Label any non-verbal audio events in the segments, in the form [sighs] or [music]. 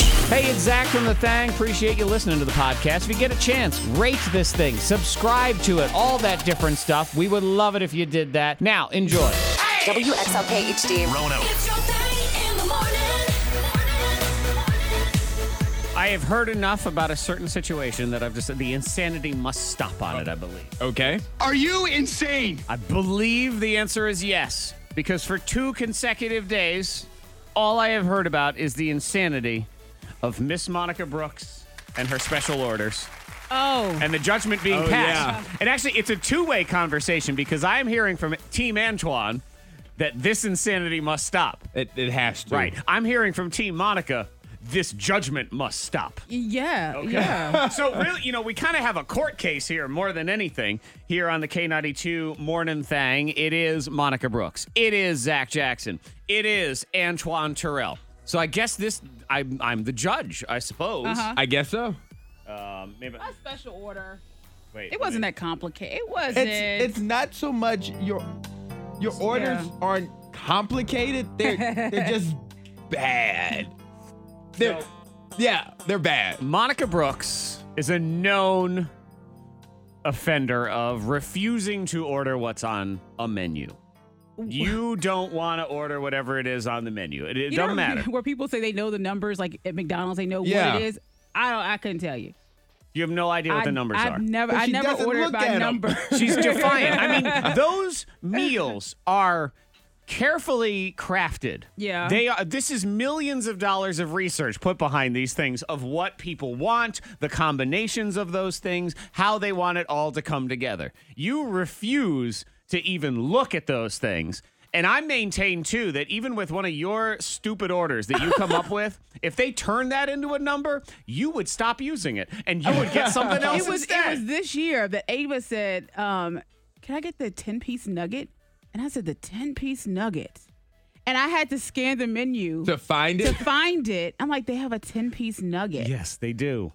Hey, it's Zach from The Thang. Appreciate you listening to the podcast. If you get a chance, rate this thing, subscribe to it, all that different stuff. We would love it if you did that. Now, enjoy. WXLK HD. Rono. It's your thing in the morning. I have heard enough about a certain situation that I've just said the insanity must stop on it, I believe. Okay. Are you insane? I believe the answer is yes, because for two consecutive days, all I have heard about is the insanity of Miss Monica Brooks and her special orders. Oh. and the judgment being Oh, passed. And actually, it's a two-way conversation because I am hearing from Team Antoine that this insanity must stop. It, it has to. Right. I'm hearing from Team Monica this judgment must stop. Yeah. [laughs] Yeah. so really, you know, we kind of have a court case here more than anything here on the K92 Morning Thing. It is Monica Brooks. It is Zach Jackson. It is Antoine Terrell. So I guess this I'm I'm the judge, I suppose. I guess so. Um, maybe A special order. wait. It wasn't that complicated. It wasn't. It's it's not so much your your orders Yeah. aren't complicated. They're [laughs] they're just bad. They're So- yeah, they're bad. Monica Brooks is a known offender of refusing to order what's on a menu. You don't want to order whatever it is on the menu. It, it You doesn't know matter. [laughs] Where people say they know the numbers, like at McDonald's, they know Yeah. what it is. I don't. I couldn't tell you. You have no idea what the numbers I've are. never. But I she never doesn't ordered look by at [laughs] 'em. number. She's defiant. I mean, [laughs] those meals are carefully crafted. Yeah. They are this is millions of dollars of research put behind these things of what people want, the combinations of those things, how they want it all to come together. You refuse to even look at those things. And I maintain too that even with one of your stupid orders that you come [laughs] up with, if they turn that into a number, you would stop using [laughs] it and you would get something else [laughs] it was instead. it was this year that Ava said, um, "Can I get the ten piece nugget?" And I said, "The ten piece nugget," and I had to scan the menu To find to it, find it. I'm like, "They have a ten piece nugget." yes, they do.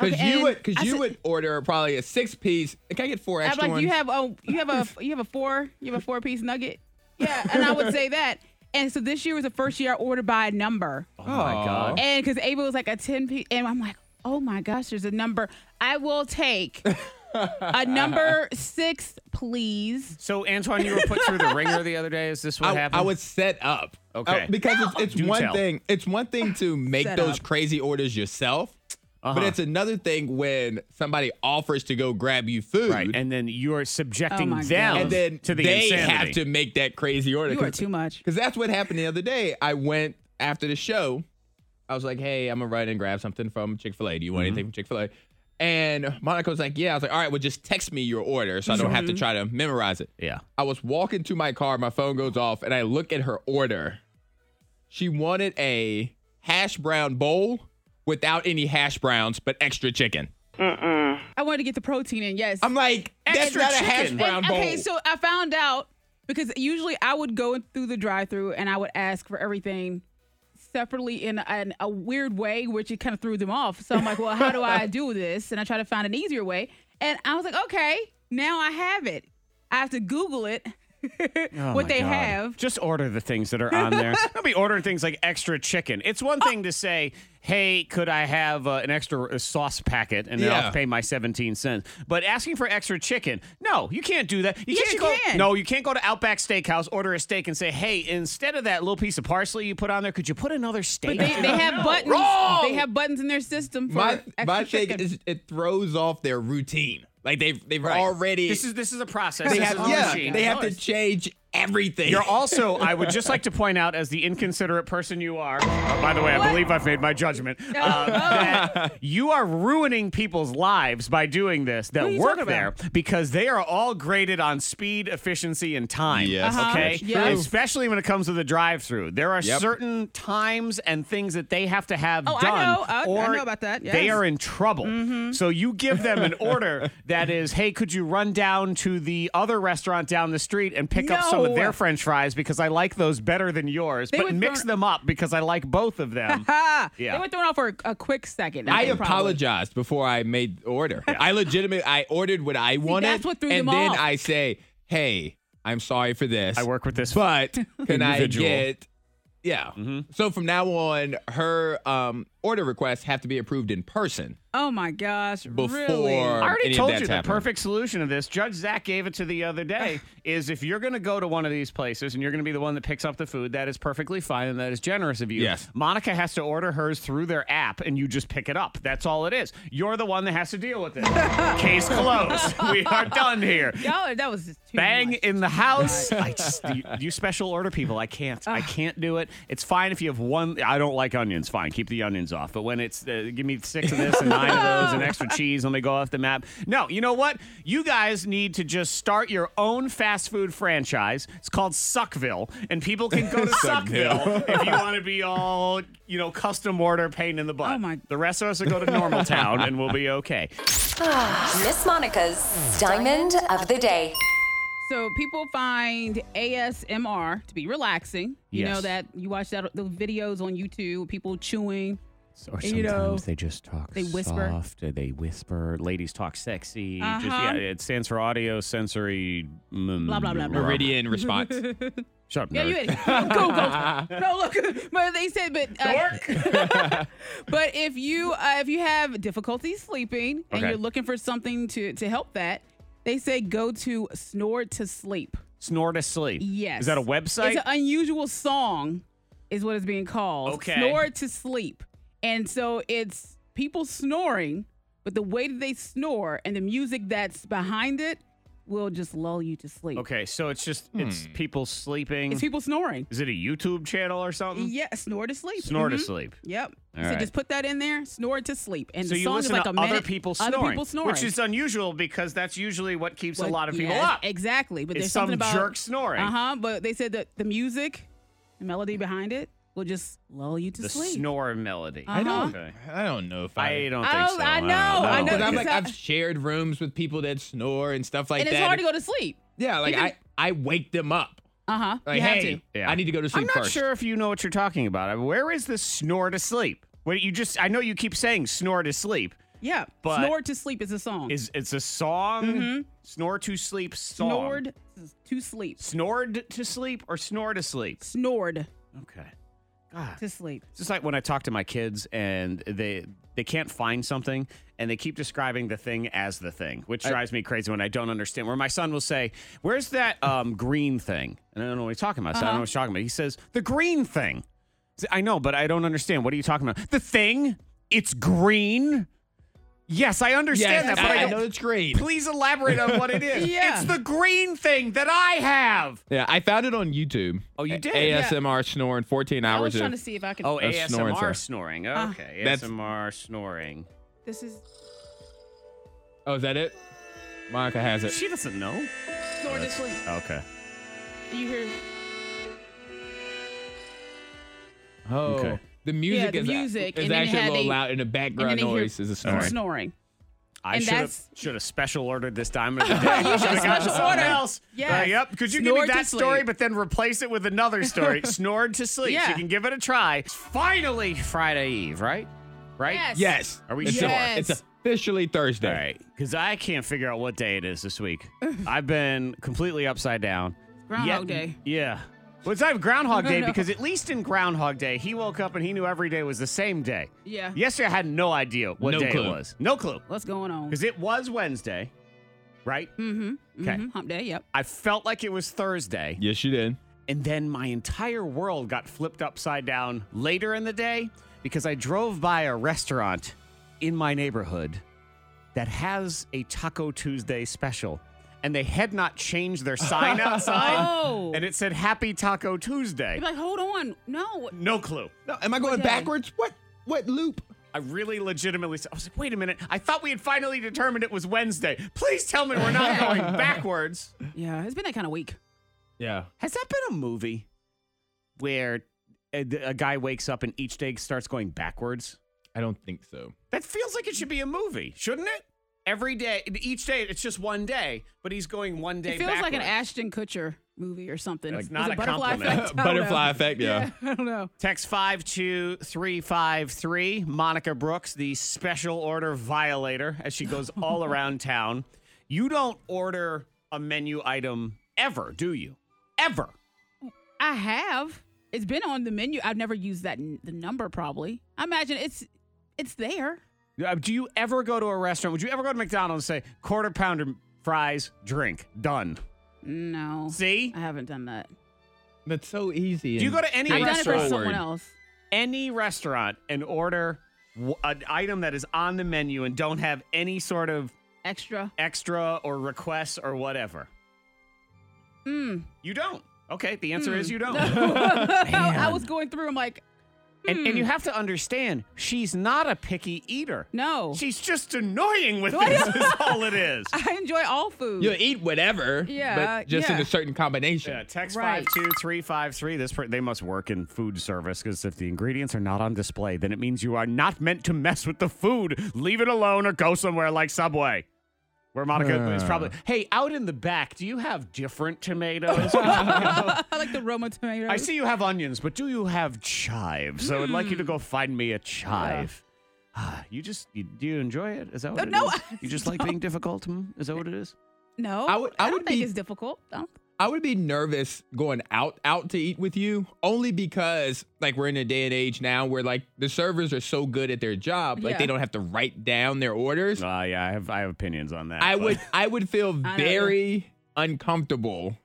because Okay, you would, and I because you said- would order probably a six piece. Can I get four I'm extra like, ones? you have oh, you have [laughs] a you have a four, you have a four piece nugget. Yeah, and I would say that. And so this year was the first year I ordered by a number, Oh my god. and because Ava was like a ten piece, and I'm like, oh my gosh, there's a number. I [laughs] will take a number six, please. So Antoine, you were put through the [laughs] ringer the other day. Is this what I, happened? I was set up. Okay. Uh, because it's, it's Do one tell. thing. It's one thing [laughs] to make Set those up. crazy orders yourself, Uh-huh. but it's another thing when somebody offers to go grab you food, right, and then you are subjecting Oh my them God. and then to the they insanity. have to make that crazy order. You are too much. Because that's what happened the other day. I went after the show. I was like, hey, I'm going to run and grab something from Chick fil A. Do you Mm-hmm. want anything from Chick fil A? And Monica was like, yeah. I was like, all right, well, just text me your order so I don't Mm-hmm. have to try to memorize it. Yeah. I was walking to my car. My phone goes off and I look at her order. She wanted a hash brown bowl without any hash browns, but extra chicken. I wanted to get the protein in. Yes. I'm like, that's Extra not a hash chicken. brown And- bowl. Okay, so I found out because usually I would go through the drive-through and I would ask for everything separately in a, in a weird way, which it kind of threw them off. So I'm like, well, how [laughs] do I do this? And I try to find an easier way. And I was like, okay, now I have it. I have to Google it, Oh what my they God. have. Just order the things that are on [laughs] there. Don't be ordering things like extra chicken. It's one thing to say, "Hey, could I have uh, an extra uh, sauce packet?" and then Yeah. I'll pay my seventeen cents. But asking for extra chicken, no, you can't do that. You can't Yes, you go. can. No, you can't go to Outback Steakhouse, order a steak, and say, "Hey, instead of that little piece of parsley you put on there, could you put another steak?" They, [laughs] [laughs] they have buttons. Wrong! They have buttons in their system for my extra my thing chicken. is it throws off their routine. Like they've they've Right. already This is this is a process. they This have is a yeah machine. they have No, to it's- change everything. You're also, I would just like to point out, as the inconsiderate person you are, uh, by the way, I believe I've made my [laughs] judgment, Oh. uh, that you are ruining people's lives by doing this that What are you work talking there about? because they are all graded on speed, efficiency, and time. [laughs] Yes, Uh-huh. Okay? that's true. Especially when it comes to the drive through. There are Yep. certain times and things that they have to have Oh, I done. know. I- I or know about that. They Yes. Mm-hmm. are in trouble. So you give them [laughs] an order that is, hey, could you run down to the other restaurant down the street and pick up some of No. their french fries because I like those better than yours, They but would mix throw- them up because I like both of them. Ah, Yeah. They were thrown off for a, a quick second. I think, probably. apologized before I made the order. I legitimately I ordered what I wanted, that's what threw and them then off. I say, "Hey, I'm sorry for this. I work with this. [laughs] but can I individual. Mm-hmm. get?" Yeah. So from now on, her um, order requests have to be approved in person. Oh my gosh. Before- Really? [laughs] I already any of told that's you the happening. perfect solution to this. Judge Zach gave it to the other [sighs] day. is if you're going to go to one of these places and you're going to be the one that picks up the food, that is perfectly fine and that is generous of you. Yes. Monica has to order hers through their app, and you just pick it up. That's all it is. You're the one that has to deal with [laughs] it. Case closed. We are done here. Y'all, are- that was just too Bang much. in the house. [laughs] I just, you, you special order people. I can't. I can't do it. It's fine if you have one. I don't like onions. Fine, keep the onions off. But when it's uh, give me six of this and nine of those and [laughs] extra cheese, let me go off the map. No, you know what? You guys need to just start your own fast food franchise. It's called Suckville, and people can go to [laughs] Suckville. Suckville if you want to be all you know custom order pain in the butt. Oh, my- The rest of us will go to Normal Town and we'll be okay. [sighs] Miss Monica's Diamond of the Day. So people find ASMR to be relaxing. You Yes. know that you watch that the videos on YouTube, people chewing. Or sometimes You know, they just talk they whisper. soft. uh, They whisper. Ladies talk sexy. Just, Uh-huh. yeah, it stands for audio sensory. mm, Blah, blah, blah, blah. [laughs] Meridian response. Shut up, Yeah, nerd. [laughs] you idiot. Go, go, go. No, look. But they said, but uh, [laughs] but if you uh, if you have difficulty sleeping and Okay. you're looking for something to to help that, they say go to Snore to Sleep. Snore to sleep. Yes. Is that a website? It's an unusual song, is what it's being called. Okay. Snore to sleep. And so it's people snoring, but the way that they snore and the music that's behind it will just lull you to sleep. okay, so it's just Hmm. it's people sleeping. It's people snoring. Is it a YouTube channel or something? Yeah, snore to sleep. Snore to Mhm. sleep. Yep. All so right. just put that in there, snore to sleep. And So the you song is listen like to a minute. other people snoring, Other people snoring. which is unusual because that's usually what keeps a But- lot of people yes, up. Exactly. But Is there's something some about jerk snoring. Uh huh. But they said that the music, the melody behind it, will just lull you to The sleep. snore melody. I don't- Okay. Uh-huh. I don't know if I don't think Oh, so. I don't know, I I know, know. I'm like, because I- I've shared rooms with people that snore and stuff like and that. it's hard to go to sleep. yeah, like you can- I, I wake them up. Uh huh. Like, you have hey, to. Yeah. I need to go to sleep I'm not first. sure if you know what you're talking about. I mean, where is this snore to sleep? What you just I know you keep saying snore to sleep. Yeah. But- Snore to sleep is a song. Mm-hmm. Is it's a song? Snore to sleep song. snored to sleep. Snored to sleep or snore to sleep? Snored Okay. God. to sleep. It's just like when I talk to my kids and they they can't find something and they keep describing the thing as the thing, which drives me crazy when I don't understand. Where my son will say, "Where's that um, green thing?" And I don't know what he's talking about. So I don't know what he's talking about. He says, "The green thing." I say, I know, but I don't understand. What are you talking about? The thing? It's green. Yes, I understand that, but I, I, I don't. know it's great. Please elaborate on what it is. Yeah. It's the green thing that I have. Yeah, I found it on YouTube. Oh, you A- did? ASMR snoring, 14 I hours. was of- trying to see if I could. Oh, ASMR That's snoring, sir. snoring. Ah. Okay, That's- ASMR snoring. This is oh, is that it? Monica has it. She doesn't know. snore to sleep. Okay. You hear? Oh. Okay. The music the is, music, is and then it actually a had little a- loud, and the background and then you hear noise is a snore. Snoring. I And should have that's- should have special ordered this diamond. [laughs] of the day. You should have Should've gotten special something ordered. Else. Yes. Uh, yep. Could you give Snore me to that story, sleep. but then replace it with another [laughs] story? Snored to sleep. Yeah. You can give it a try. It's finally Friday Eve, right? Right. Yes. Yes. Are we it's sure? It's officially Thursday. All right. Because I can't figure out what day it is this [laughs] week. I've been completely upside down. Groundhog Yet- Day. Yeah. Well, it's not Groundhog [laughs] No, Day no. because at least in Groundhog Day, he woke up and he knew every day was the same day. Yeah. Yesterday, I had no idea what No day it clue. was. No clue. What's going on? Because it was Wednesday, right? Mm-hmm. Okay. hmm Hump day. Yep. I felt like it was Thursday. Yes, you did. And then my entire world got flipped upside down later in the day because I drove by a restaurant in my neighborhood that has a Taco Tuesday special. And they had not changed their [laughs] sign outside. Oh. And it said Happy Taco Tuesday. You're like, hold on. [laughs] No. No clue. No, am I going day? backwards? What? What loop? I really legitimately I was like, wait a minute. I thought we had finally determined it was Wednesday. Please tell me we're not going [laughs] backwards. Yeah. It's been that kind of week. Yeah. Has that been a movie where a, a guy wakes up and each day starts going backwards? I don't think so. That feels like it should be a movie, shouldn't it? Every day, each day, it's just one day, but he's going one day It feels like an backwards. Ashton Kutcher movie or something. It's Was not it a [laughs] butterfly compliment. effect. I don't know. Butterfly effect, yeah. [laughs] I don't know. Text 52353, Monica Brooks, the special order violator, as she [laughs] goes all around town. You don't order a menu item ever, do you? Ever. I have. It's been on the menu. I've never used that n- the number probably. I imagine it's it's there. Uh, Do you ever go to a restaurant? Would you ever go to McDonald's and say quarter pounder fries, drink, done? No. See? I haven't done that. That's so easy. Do you and go to any I've done it for restaurant? someone else. Any restaurant and order w- an item that is on the menu and don't have any sort of Extra. extra or requests or whatever. Mm. You don't. Okay, the answer is you [laughs] don't. Hmm. I was going through. I'm like, [laughs] And, Hmm. and you have to understand, she's not a picky eater. no. She's just annoying [laughs] with this, is all it is. I enjoy all food. You'll eat whatever. Yeah, But just in yeah. a certain combination. Yeah, text Right. five two three five three. This per- they must work in food service because if the ingredients are not on display, then it means you are not meant to mess with the food. Leave it alone or go somewhere like Subway. Where Monica is probably, hey, out in the back, do you have different tomatoes? [laughs] [laughs] I like the Roma tomatoes. I see you have onions, but do you have chives? I would like Mm. you to go find me a chive. Ah, You just, you, do you enjoy it? Is that what Uh, it no, is? I You [laughs] just like being difficult? Hmm? Is that what it is? No, I would- I don't would think be- it's difficult. I don't- I would be nervous going out out to eat with you only because like we're in a day and age now where like the servers are so good at their job like they Yeah. don't have to write down their orders. Ah, yeah, I have, I have opinions on that. I but- would I would [laughs] feel know. very uncomfortable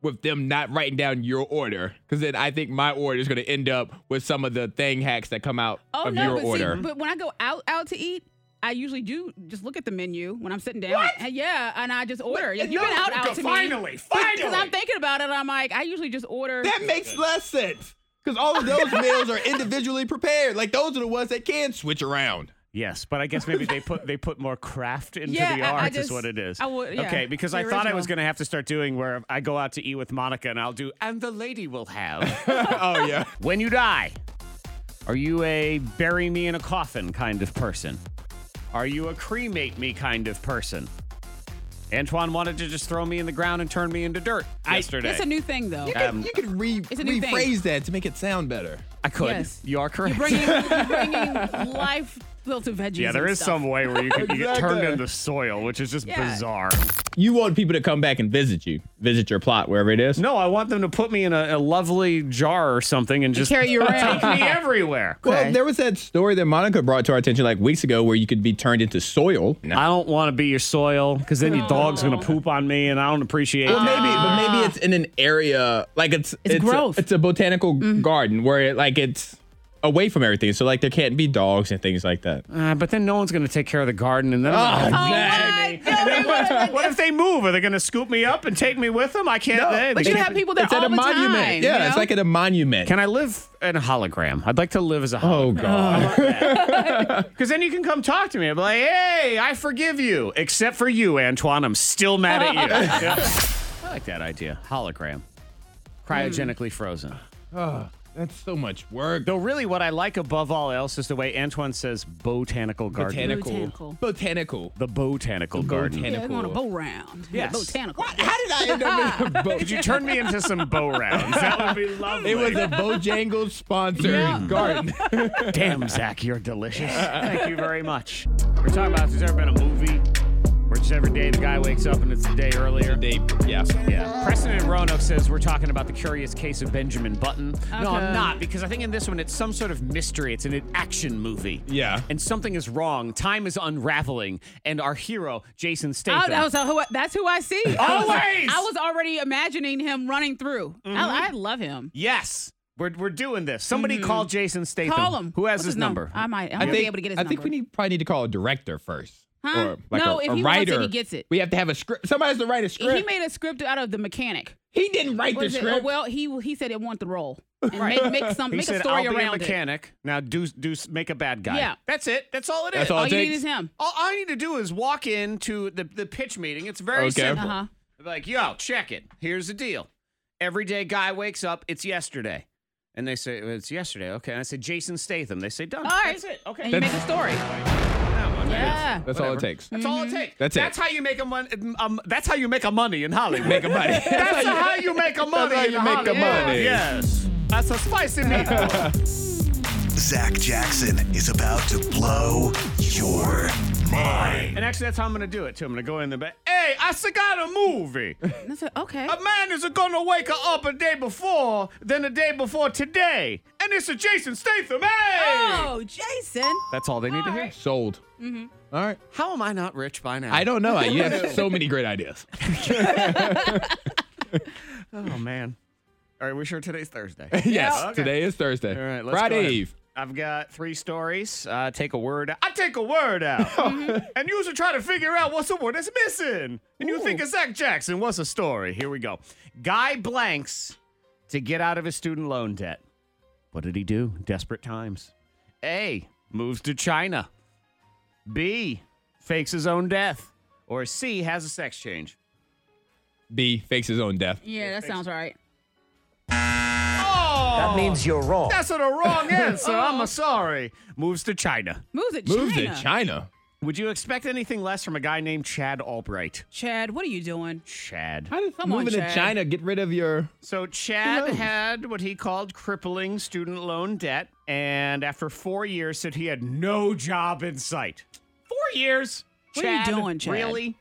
with them not writing down your order because then I think my order is going to end up with some of the thing hacks that come out Oh of no, your but order. see, but when I go out out to eat, I usually do just look at the menu when I'm sitting down. And yeah, and I just order. You've been out out to Finally, me. finally. Because I'm thinking about it, I'm like, I usually just order. that makes less sense because all of those meals are individually prepared. Like those are the ones that can switch around. Yes, but I guess maybe they put they put more craft [laughs] into Yeah, the I- I art is just- what it is. I would- yeah, okay, because the I thought I was original. going to have to start doing where I go out to eat with Monica and I'll do and the lady will [laughs] have oh yeah. when you die. Are you a bury me in a coffin kind of person? Are you a cremate me kind of person? Antoine wanted to just throw me in the ground and turn me into dirt yesterday. Um, It's a new thing though. You can, you can re- It's a new thing. rephrase that to make it sound better. I could. Yes. You are correct. Bringing, you're bringing life built of veggies. yeah, there and is stuff. some way where you, [laughs] can, you get turned Exactly. into soil, which is just Yeah. bizarre. You want people to come back and visit you, visit your plot wherever it is. No, I want them to put me in a, a lovely jar or something and just carry you around. take me [laughs] everywhere. Well, there was that story that Monica brought to our attention like weeks ago where you could be turned into soil. I don't want to be your soil because then Oh. your dog's gonna poop on me, and I don't appreciate Well, that. maybe, but maybe it's in an area like it's It's a- growth. Mm-hmm. it's a botanical garden where it, like it's away from everything, so like there can't be dogs and things like that. Uh, but then no one's gonna take care of the garden, and then I'm gonna- Right, [laughs] no, And then we [laughs] wanna- what, what if they move? Are they gonna scoop me up and take me with them? I can't. they- but they you can't- have people there it's at all a the monument. time, yeah, you it's know? like at a monument. Can I live in a hologram? I'd like to live as a hologram. oh god. [laughs] Because then you can come talk to me. I'll be like, hey, I forgive you. Except for you, Antoine. I'm still mad at [laughs] you. Yeah. I like that idea. Hologram. Hmm. Cryogenically frozen. That's so much work. Though, really, what I like above all else is the way Antoine says botanical garden. Botanical. Botanical. Botanical. The botanical garden. Botanical. Yeah, we're going on a boat round. Yes. Yeah, botanical. How did I end [laughs] up in a boat? Could you turn me into some bow [laughs] rounds? That would be lovely. It was a Bojangles sponsored garden. [laughs] [laughs] Damn, Zach, you're delicious. Thank you very much. We're talking about if there's ever been a movie where just every day the guy wakes up and it's the day earlier. yeah. Yeah. Preston in Roanoke says we're talking about the curious case of Benjamin Button. No, I'm Okay. not, because I think in this one it's some sort of mystery. It's an action movie. Yeah. And something is wrong. Time is unraveling, and our hero, Jason Statham. Oh, that was who I, that's who I see. I was- Always! I was already imagining him running through. Mm-hmm. I, I love him. yes. We're, we're doing this. Somebody call Jason Statham. Hmm. Call him. Who has What's his number? I might. I'm gonna be able to get his I number. think we need [laughs] probably need to call a director first. Huh? Or like No, a, if a he wants it, writer. he gets it. We have to have a script. Somebody has to write a script. He made a script out of the mechanic. He didn't write What the is it? script. Oh, well, he he said it wanted the role. And make, make [laughs] some He make said, a story "I'll be a around it. mechanic. Now do do make a bad guy. Yeah. that's it. That's all it is. That's all All it you need takes. is him. All I need to do is walk into the, the pitch meeting. It's very Okay. simple. Uh-huh. They're Like, yo, check it. Here's the deal. Everyday guy wakes up, it's yesterday. And they say, it's yesterday. Okay. And I say, Jason Statham. They say, done. All right. Oh, That's it. Okay. And you make a story. That one. Yeah. Mm-hmm. That's all it takes. That's all it takes. That's it. That's how you make a money. Um, that's how you make a money in Hollywood. Make a money. [laughs] [laughs] that's how you make a money. how in you make a Hollywood. money. [laughs] Yes. That's a spicy meatball. [laughs] Zach Jackson is about to blow your mind. And actually, that's how I'm gonna do it too. I'm gonna go in the back. Hey, I still got a [laughs] movie. And I said, okay. A man is gonna wake her up a day before than the day before today, and it's a Jason Statham. Hey, Oh, Jason. that's all they need to hear. Sold. Mm-hmm. All right. How am I not rich by now? [laughs] I don't know. You have [laughs] so many great ideas. [laughs] Oh man. All right, we sure today's Thursday. [laughs] yes. Okay. Today is Thursday. All right, let's go Friday ahead. Eve. I've got three stories. Uh, take a word. I take a word [laughs] out, Mm-hmm. and you should try to figure out what's the word that's missing. And you think it's Zach Jackson. What's the story? Here we go. Guy blanks to get out of his student loan debt. What did he do? Desperate times. A moves to China. B fakes his own death. Or C has a sex change. B fakes his own death. Yeah, that sounds right. Oh! That means you're wrong. That's [laughs] the wrong answer. I'm Oh. a sorry. Moves to China. Moves it. Moves China. to China. Would you expect anything less from a guy named Chad Albright? Chad, what are you doing? Chad. How did Come on, moving Chad. to China get rid of your? So Chad knows? had what he called crippling student loan debt, and after four years, said he had no job in sight. Four years. What are you doing, Chad? Really?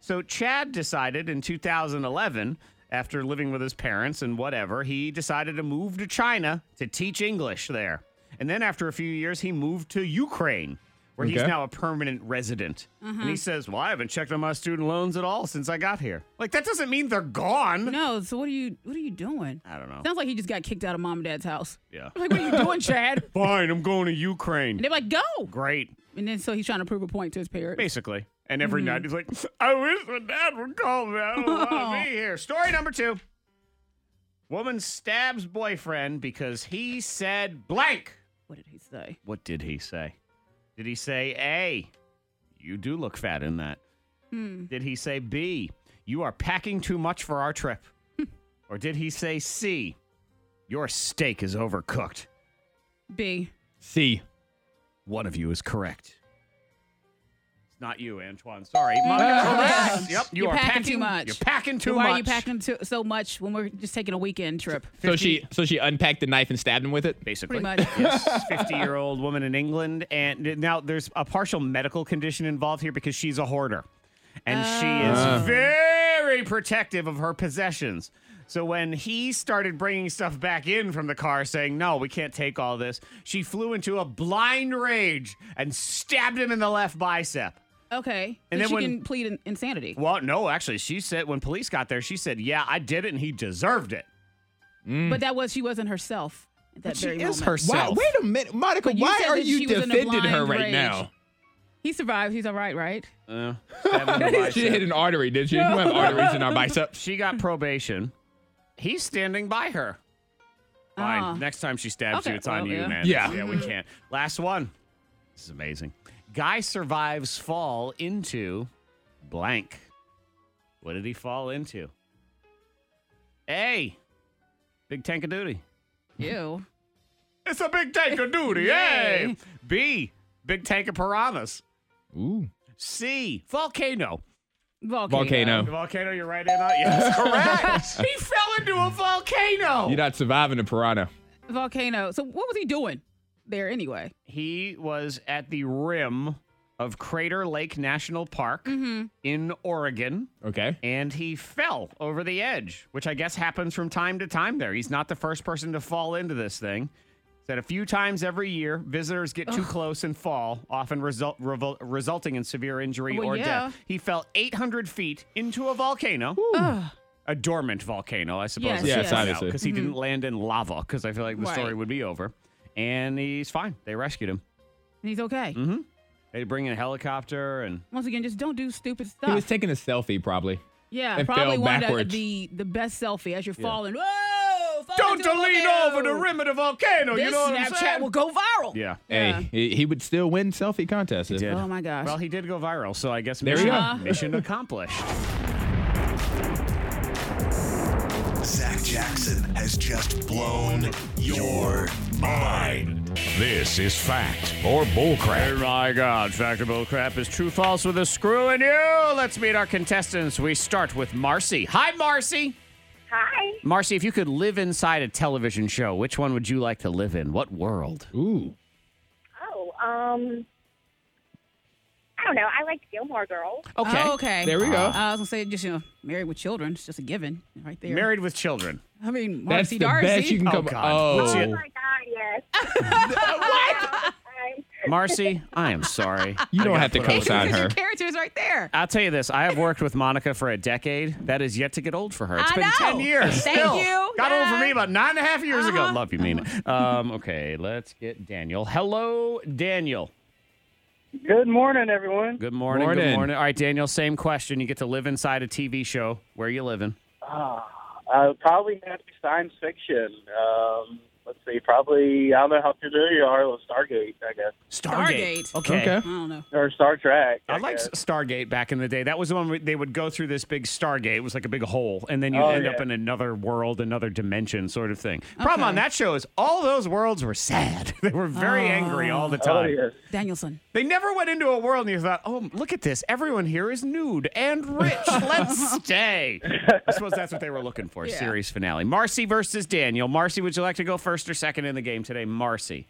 So Chad decided in 2011, after living with his parents and whatever, he decided to move to China to teach English there. And then after a few years, he moved to Ukraine, where he's Okay. now a permanent resident. Uh-huh. And he says, "Well, I haven't checked on my student loans at all since I got here. Like that doesn't mean they're gone." No, so what are you what are you doing? I don't know. Sounds like he just got kicked out of mom and dad's house. Yeah. I'm like, what are you doing, Chad? And [laughs] Fine, I'm going to Ukraine. they're like, go. Great, And then so he's trying to prove a point to his parents. basically. And Mm-hmm. every night he's like, I wish my dad would call me. I don't want to Oh. be here. Story number two. Woman stabs boyfriend because he said blank. What did he say? What did he say? Did he say A, you do look fat in that? Did he say B, you are packing too much for our [laughs] trip? or did he say C, your steak is overcooked? B. C. One of you is correct. It's not you, Antoine. Sorry. Monica, correct. Oh, Yep, you Oh, You're are packing too much. You're packing too Why much. are you packing too, so much when we're just taking a weekend trip? So she so she unpacked the knife and stabbed him with it. Basically, Pretty much. [laughs] yes, fifty-year-old woman in England, and now there's a partial medical condition involved here because she's a hoarder, and she is very protective of her possessions. So when he started bringing stuff back in from the car, saying no, we can't take all this, she flew into a blind rage and stabbed him in the left bicep. Okay. And And then then she when- can plead in- insanity. Well, no, actually, she said when police got there, she said, "Yeah, I did it, and he deserved it." Mm. But that was she wasn't herself at that very moment. Wow. Wait a minute, Monica. But you Why said are that she you was in a defending her blind right rage. now? He survived. He's all right, right? Uh, stabbed in the [laughs] She hit bicep. an artery, did she? We have arteries in our biceps. she got probation. He's standing by her. Fine. Ah. Next time she stabs Okay, you, it's well, on you, yeah. man. Yeah. Yeah, we can't. Last one. This is amazing. Guy survives fall into blank. What did he fall into? A. Big tank of duty. Ew. It's a big tank of duty. [laughs] Yay. Yay. B. Big tank of piranhas. Ooh. C. Volcano. Volcano. Volcano. The volcano you're right in on? [laughs] Yes, correct. he fell into a volcano. You're not surviving a piranha. Volcano. So what was he doing there anyway? he was at the rim of Crater Lake National Park Mm-hmm. in Oregon, Okay. and he fell over the edge, which I guess happens from time to time there. He's not the first person to fall into this thing. Said a few times every year, visitors get too close and fall, often result, revol- resulting in severe injury Well, or yeah. death. He fell 800 feet into a volcano, a dormant volcano, I suppose. Yes, is Yes, what it's obviously. because he didn't land in lava. Because I feel like the Right. story would be over. And he's fine. They rescued him. Mm-hmm. And he's okay. They bring in a helicopter and Once again, just don't do stupid stuff. He was taking a selfie, probably. yeah, and probably fell one of backwards. the, the best selfie as you're falling. Whoa! fall into a volcano. of the volcano. This Snapchat will go viral. Oh. Yeah. Hey, he, he would still win selfie contests. He did. Oh my gosh. Well, he did go viral, so I guess There you mission, go. mission [laughs] accomplished. Zach Jackson has just blown your mind. This is fact or bullcrap. Oh my God, Factor Bull Crap is true false with a screw in you. Let's meet our contestants. We start with Marcy. Hi, Marcy. Hi. Marcy, if you could live inside a television show, which one would you like to live in? What world? Ooh. Oh, Um, I don't know. I liked Gilmore Girls. Okay. Oh, okay. There we go. Uh, I was gonna say just you know, married with children. It's just a given, right there. Married with children. I That's mean, Marcy the Darcy. best you can Oh, come. God. What's Oh it- my God, yes. [laughs] what? I- Marcy, I am sorry. [laughs] You don't I have to gotta put up Because with co-sign this. her. your character is right there. I'll tell you this. I have worked with Monica for a decade. That is yet to get old for her. It's I been know. 10 years. Thank Still. you. Got old for Yeah. me about nine and a half years ago. Love you, Mina. Um, okay, let's get Daniel. Hello, Daniel. Good morning, everyone. Good morning. Good Morning. morning. All right, Daniel, same question. You get to live inside a TV show. Where you living? Uh, probably have to be science fiction. Um, let's see, probably, I don't know how familiar you are with Stargate, I guess, Stargate. Okay. Okay. I don't know. or Star Trek. I like guess. Stargate back in the day. That was the one where they would go through this big Stargate. It was like a big hole, and then you Oh, end yeah. up in another world, another dimension, sort of thing. Problem on that show is all those worlds were sad. [laughs] they were very angry all the Oh, time. yes. Danielson. They never went into a world and you thought, oh, look at this. Everyone here is nude and [laughs] rich. Let's stay. I suppose that's what they were looking for. Series finale. Marcy versus Daniel. Marcy, would you like to go first or second in the game today? Marcy.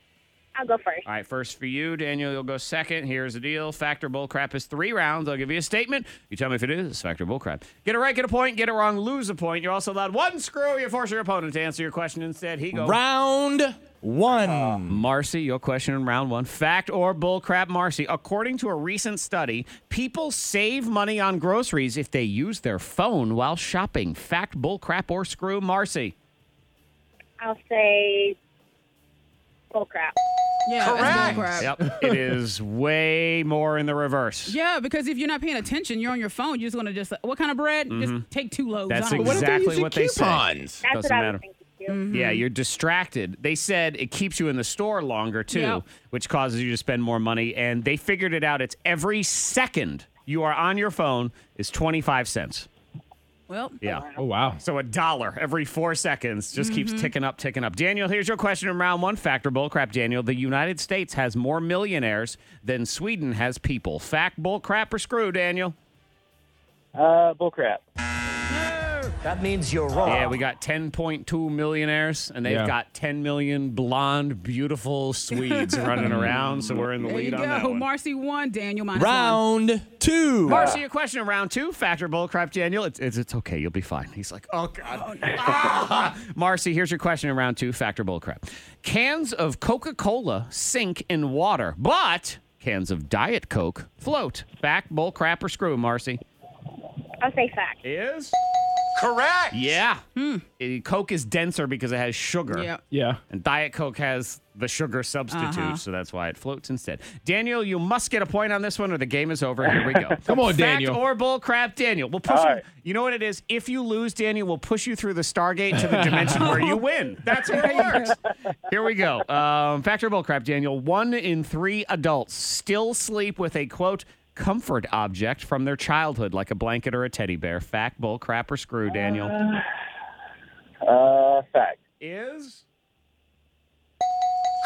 I'll go first. All right, first for you, Daniel. You'll go second. Here's the deal: Factor bullcrap is three rounds. I'll give you a statement. You tell me if it is Factor bullcrap. Get it right, get a point. Get it wrong, lose a point. You're also allowed one screw. You force your opponent to answer your question instead. He goes. Round one. Marcy, your question in round one: Fact or bullcrap, Marcy? According to a recent study, people save money on groceries if they use their phone while shopping. Fact, bullcrap, or screw, Marcy? I'll say bullcrap. Yeah. Correct. Crap. Yep, it is way more in the reverse. Yeah, because if you're not paying attention, you're on your phone. You're just gonna just what kind of bread? Just take two loaves. Mm-hmm. That's I don't know. What if Exactly they're using what they say. coupons? That's Doesn't what I matter. was thinking too. Mm-hmm. Yeah, you're distracted. They said it keeps you in the store longer too, Yep. which causes you to spend more money. And they figured it out. It's every second you are on your phone is 25 cents. Well, Yeah. Oh wow. So a dollar every four seconds just Mm-hmm. keeps ticking up, ticking up. Daniel, here's your question in round one. Fact or bullcrap, Daniel? The United States has more millionaires than Sweden has people. Fact, bullcrap, or screw, Daniel? Uh, bullcrap. Yeah, we got 10.2 millionaires, and they've Yeah. got 10 million blonde, beautiful Swedes running around. So we're in the there lead you on that go. one. Marcy won. Daniel minus one. Round two. Marcy, your question in round two, factor bullcrap, Daniel. It's, it's it's okay. You'll be fine. He's like, oh god. Ah! [laughs] Marcy, here's your question in round two, factor bullcrap. Cans of Coca-Cola sink in water, but cans of Diet Coke float. Back bullcrap or screw, Marcy. I'll say fact. Is Correct. yeah. Eh, Coke is denser because it has sugar. Yeah. Yeah. And Diet Coke has the sugar substitute, so that's why it floats instead. Daniel, you must get a point on this one, or the game is over. Here we go. [laughs] Come on, Fact Daniel. or bullcrap, Daniel. We'll push All you. right. You know what it is? If you lose, Daniel, we'll push you through the Stargate to [laughs] the dimension where you win. That's how it works. Here we go. Um, fact or bullcrap, Daniel. One in three adults still sleep with a quote comfort object from their childhood, like a blanket or a teddy bear. Fact, bullcrap, or screw, Daniel. Uh, fact. is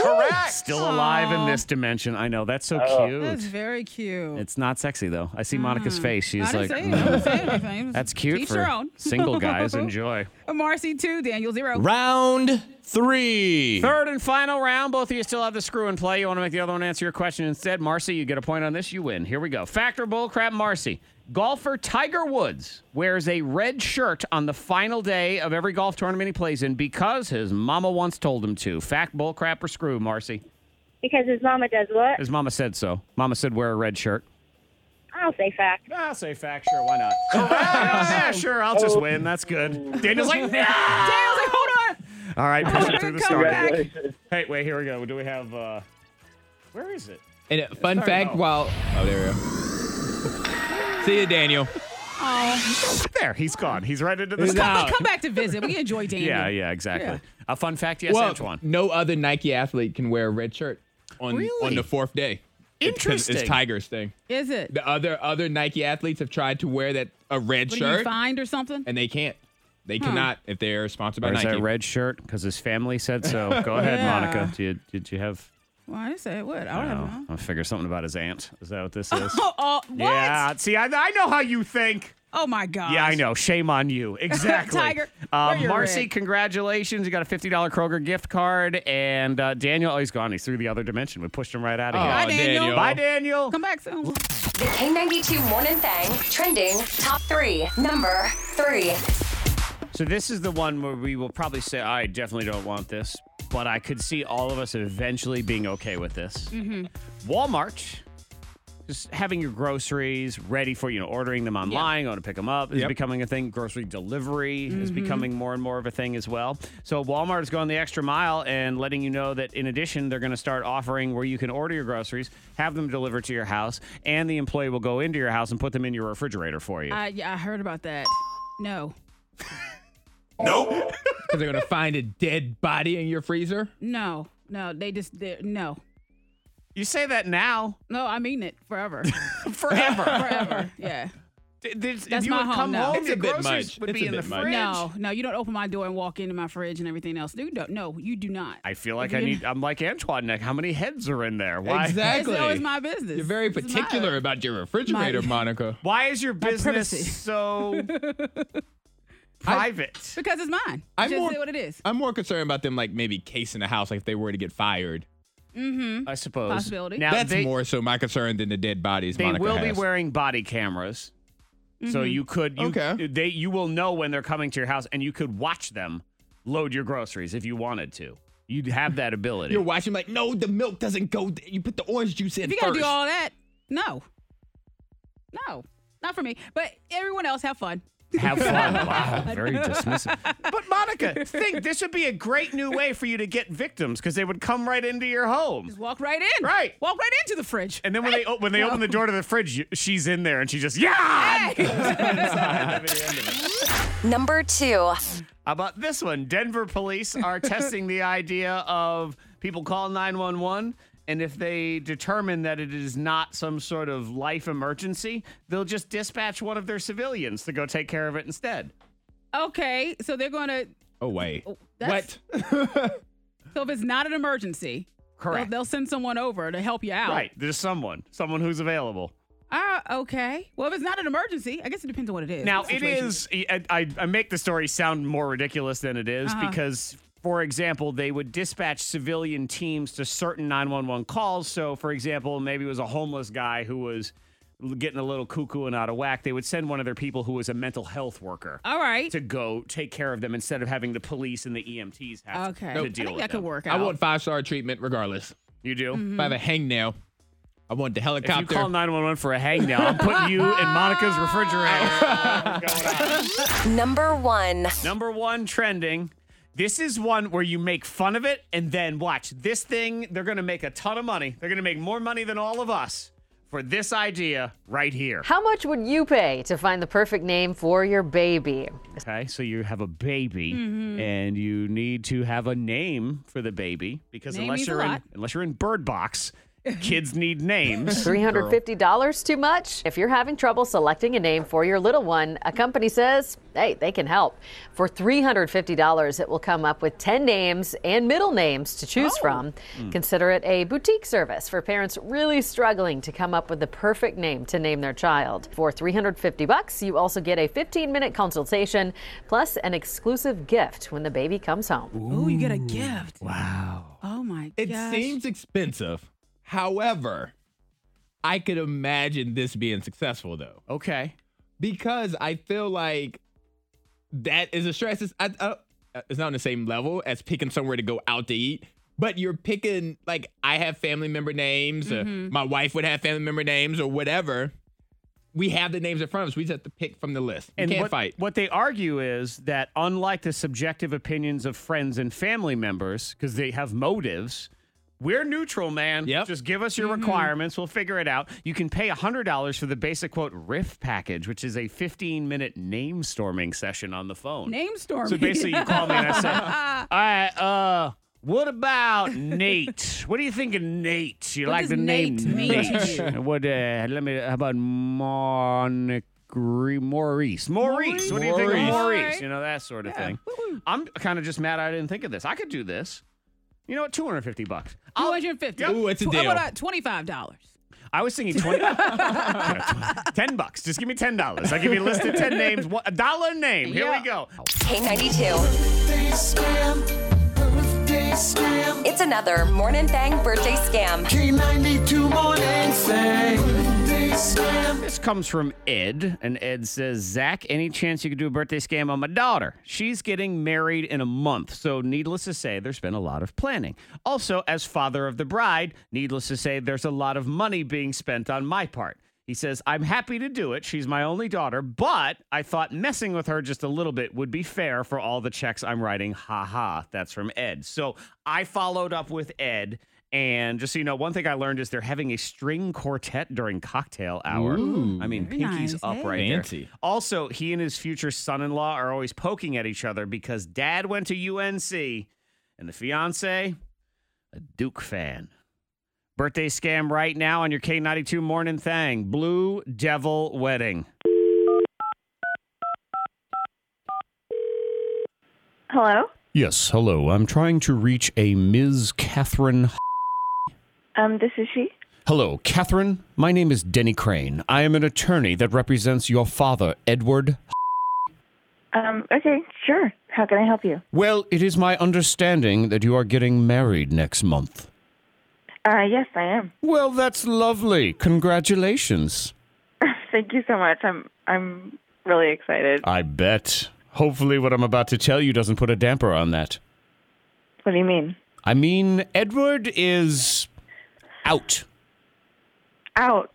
correct. Still alive in this dimension. I know that's so Oh. cute. That's very cute. it's not sexy though. I see Monica's face. I She's didn't like, say, "Mm, I [laughs] didn't say anything. that's cute "Oh, Teach your for own. [laughs] single guys. Enjoy. Marcy two, Daniel zero. Round three. Third and final round. Both of you still have the screw in play. You want to make the other one answer your question instead. Marcy, you get a point on this. You win. Here we go. Factor bullcrap, Marcy. Golfer Tiger Woods wears a red shirt on the final day of every golf tournament he plays in because his mama once told him to. Fact, bullcrap, or screw, Marcy? Because his mama does what? His mama said so. Mama said wear a red shirt. I'll say fact. I'll say fact, [laughs] sure, why not? Oh. yeah, sure, I'll just win. That's good. Daniel's like, [laughs] nah! Daniel's like, hold on. All right, push it through the Come start. back. Hey, wait, here we go. Do we have, uh, where is it? And uh, fun Sorry, fact, no. while oh there we go. See you, Daniel. There, he's gone. He's right into the He's start. out. Come back to visit. We enjoy Daniel. [laughs] Yeah, yeah, exactly. A fun fact, yes, well, Antoine. no other Nike athlete can wear a red shirt on Really? on the fourth day. It's 'cause Interesting. It's Tiger's thing. Is it? The other other Nike athletes have tried to wear that a red What do you shirt, find or something? and they can't. They cannot if they're sponsored by There's Nike. that red shirt because his family said so. [laughs] Go ahead, Yeah. Monica. Did you, did you have? Well, I didn't say it would. I I don't don't have know. know. [laughs] I'll figure something about his aunt. Is that what this is? Oh, oh, what? Yeah. See, I, I know how you think. Oh my god. Yeah, I know. Shame on [laughs] you. Exactly. Tiger, Uh, wear your Marcy, red. congratulations. You got a $50 Kroger gift card. And uh, Daniel, oh, he's gone. He's through the other dimension. We pushed him right out of here. Oh, Bye, Daniel. Bye, Daniel. Come back soon. The K92 Morning Thang trending top three. Number three. So this is the one where we will probably say, I definitely don't want this, but I could see all of us eventually being okay with this. Walmart, just having your groceries ready for you know ordering them online, going to pick them up is Yep. Mm-hmm. becoming a thing. Grocery delivery is becoming more and more of a thing as well. So Walmart is going the extra mile and letting you know that in addition, they're going to start offering where you can order your groceries, have them delivered to your house, and the employee will go into your house and put them in your refrigerator for you. I, yeah, I heard about that. No, Because they're gonna find a dead body in your freezer. no, no. They just they, no, you say that now, no. I mean it forever, [laughs] forever. [laughs] forever. Yeah. Th- This, if That's you my would home come now. home, It's your a bit groceries much. would It's be a in the bit much. fridge. No, no. You don't open my door and walk into my fridge and everything else. You don't. No, you do not. I feel like I need. I'm like Antoine. Nick, how many heads are in there? Why? It's Exactly. always my business. You're very It's my- particular about your refrigerator, my- Monica. Why is your privacy. business [laughs] so private? because it's mine. I'm just more- say what it is. I'm more concerned about them like maybe casing the house, like if they were to get fired. Mm-hmm. I suppose. Possibility. Now That's they, more so my concern than the dead bodies. They Monica will be has. wearing body cameras, Mm-hmm. so you could. You, Okay. They you will know when they're coming to your house, and you could watch them load your groceries if you wanted to. You'd have that ability. You're watching like, no, the milk doesn't go. th- You put the orange juice in If you first. gotta do all that, no, no, not for me. But everyone else, have fun. Have [laughs] fun. wow, very dismissive. But Monica, think this would be a great new way for you to get victims because they would come right into your home. Just [laughs] walk right in. Right. Walk right into the fridge. And then when they o- when they open [laughs] the door to the fridge, you- she's in there and she just yeah. [laughs] Number two. How about this one? Denver police are testing the idea of people call 911 and if they determine that it is not some sort of life emergency, they'll just dispatch one of their civilians to go take care of it instead. okay, so they're gonna. Oh wait, Oh, what? that's- [laughs] So if it's not an emergency, they'll, Correct. they'll send someone over to help you out. right. There's someone, someone who's available. Ah, okay. Well, if it's not an emergency, I guess it depends on what it is. Now What it situation is. I, I I make the story sound more ridiculous than it is Uh-huh. because, for example, they would dispatch civilian teams to certain 911 calls. So, for example, maybe it was a homeless guy who was l- getting a little cuckoo and out of whack. They would send one of their people who was a mental health worker All right. to go take care of them instead of having the police and the EMTs have Okay. to I deal think with that could them. work I out. Mm-hmm. want five star treatment regardless. You do. If I have a hangnail, I want the Mm-hmm. If you helicopter. call 911 for a hang now, [laughs] I'm putting you in Monica's refrigerator. What's going on? Number one. Number one trending. This is one where you make fun of it and then watch this thing. They're going to make a ton of money. They're going to make more money than all of us for this idea right here. How much would you pay to find the perfect name for your baby? Okay. So you have a baby Mm-hmm. and you need to have a name for the baby because Name unless means a you're in, lot. unless you're in Bird Box, kids need [laughs] names. $350 too much? If you're having trouble selecting a name for your little one, a company says, hey, they can help. For $350, it will come up with 10 names and middle names to choose from. Consider it a boutique service for parents really struggling to come up with the perfect name to name their child. For 350 bucks, you also get a 15-minute consultation plus an exclusive gift when the baby comes home. Oh, you get Mm. a gift. Wow. Oh my it gosh. seems expensive. However, I could imagine this being successful though. okay. because I feel like that is a stress. It's, I, I, it's not on the same level as picking somewhere to go out to eat, but you're picking like I have family member names, Mm-hmm. or my wife would have family member names, or whatever. We have the names in front of us. We just have to pick from the list. We can't what, fight. What they argue is that unlike the subjective opinions of friends and family members, because they have motives, we're neutral, man. Yep. Mm-hmm. Just give us your requirements. We'll figure it out. You can pay $100 for the basic, quote, riff package, which is a 15 minute name storming session on the phone. Name storm. so basically, you call me and I say, [laughs] all right, uh, what about Nate? What do you think of Nate? You What like does the Nate name mean to Nate? you? What? Uh, let me. How about Monica? Maurice. Maurice. What do you think of Maurice. Maurice? Alright. You know, that sort of thing. I'm kind of just mad I didn't think of this. I could do this. You know what? 250 bucks. I'll- 250. Ooh, it's a Tw- how deal. about, uh, $25. I was thinking [laughs] [laughs] 20. 10 bucks. Just give me $10. I'll give you a list of 10 names. One- A dollar a name. Here Yeah. we go. K92. It's another Morning Thang birthday scam. This comes from Ed, and Ed says, Zach, any chance you could do a birthday scam on my daughter? She's getting married in a month, so needless to say, there's been a lot of planning. Also, as father of the bride, needless to say, there's a lot of money being spent on my part. He says, I'm happy to do it. She's my only daughter, but I thought messing with her just a little bit would be fair for all the checks I'm writing. Ha ha. That's from Ed. So I followed up with Ed. And just so you know, one thing I learned is they're having a string quartet during cocktail hour. I mean, Very pinkies nice, up hey. right Fancy. there. Also, he and his future son-in-law are always poking at each other because dad went to UNC and the fiance, a Duke fan. Birthday scam right now on your K92 morning thing. Blue Devil Wedding. Hello? Yes, hello. I'm trying to reach a Ms. Catherine Um, this is she. Hello, Catherine. My name is Denny Crane. I am an attorney that represents your father, Edward. Um, okay, sure. How can I help you? Well, it is my understanding that you are getting married next month. Uh, yes, I am. [laughs] Well, that's lovely. Congratulations. Thank you so much. I'm I'm really excited. I bet. Hopefully, what I'm about to tell you doesn't put a damper on that. What do you mean? I mean, Edward is out. Out.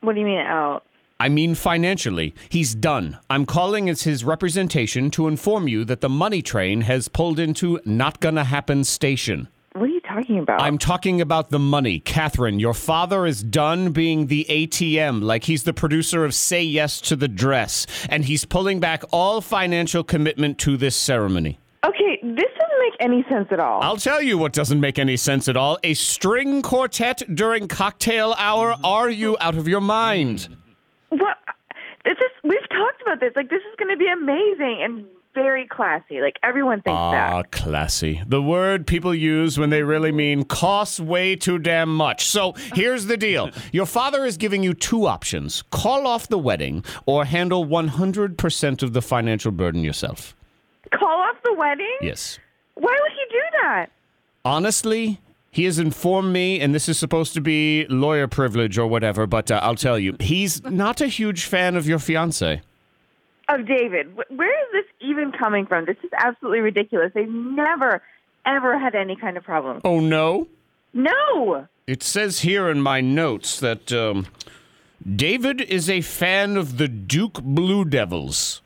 What do you mean out? I mean, financially. He's done. I'm calling as his representation to inform you that the money train has pulled into Not Gonna Happen Station. What are you talking about? I'm talking about the money. Catherine, your father is done being the ATM, like he's the producer of Say Yes to the Dress, and he's pulling back all financial commitment to this ceremony. Okay, this doesn't make any sense at all. I'll tell you what doesn't make any sense at all. A string quartet during cocktail hour? Are you out of your mind? What? This is we've talked about this. Like this is going to be amazing and very classy. Like everyone thinks Ah, that. classy. The word people use when they really mean costs way too damn much. So here's the [laughs] deal your father is giving you two options call off the wedding or handle 100% of the financial burden yourself. Call off the wedding? Yes. Why would he do that? Honestly, he has informed me, and this is supposed to be lawyer privilege or whatever, but uh, I'll tell you, he's not a huge fan of your fiance. Oh, David, wh- where is this even coming from? This is absolutely ridiculous. They've never ever had any kind of problem. Oh, no? No. [laughs] It says here in my notes that um, David is a fan of the Duke Blue Devils.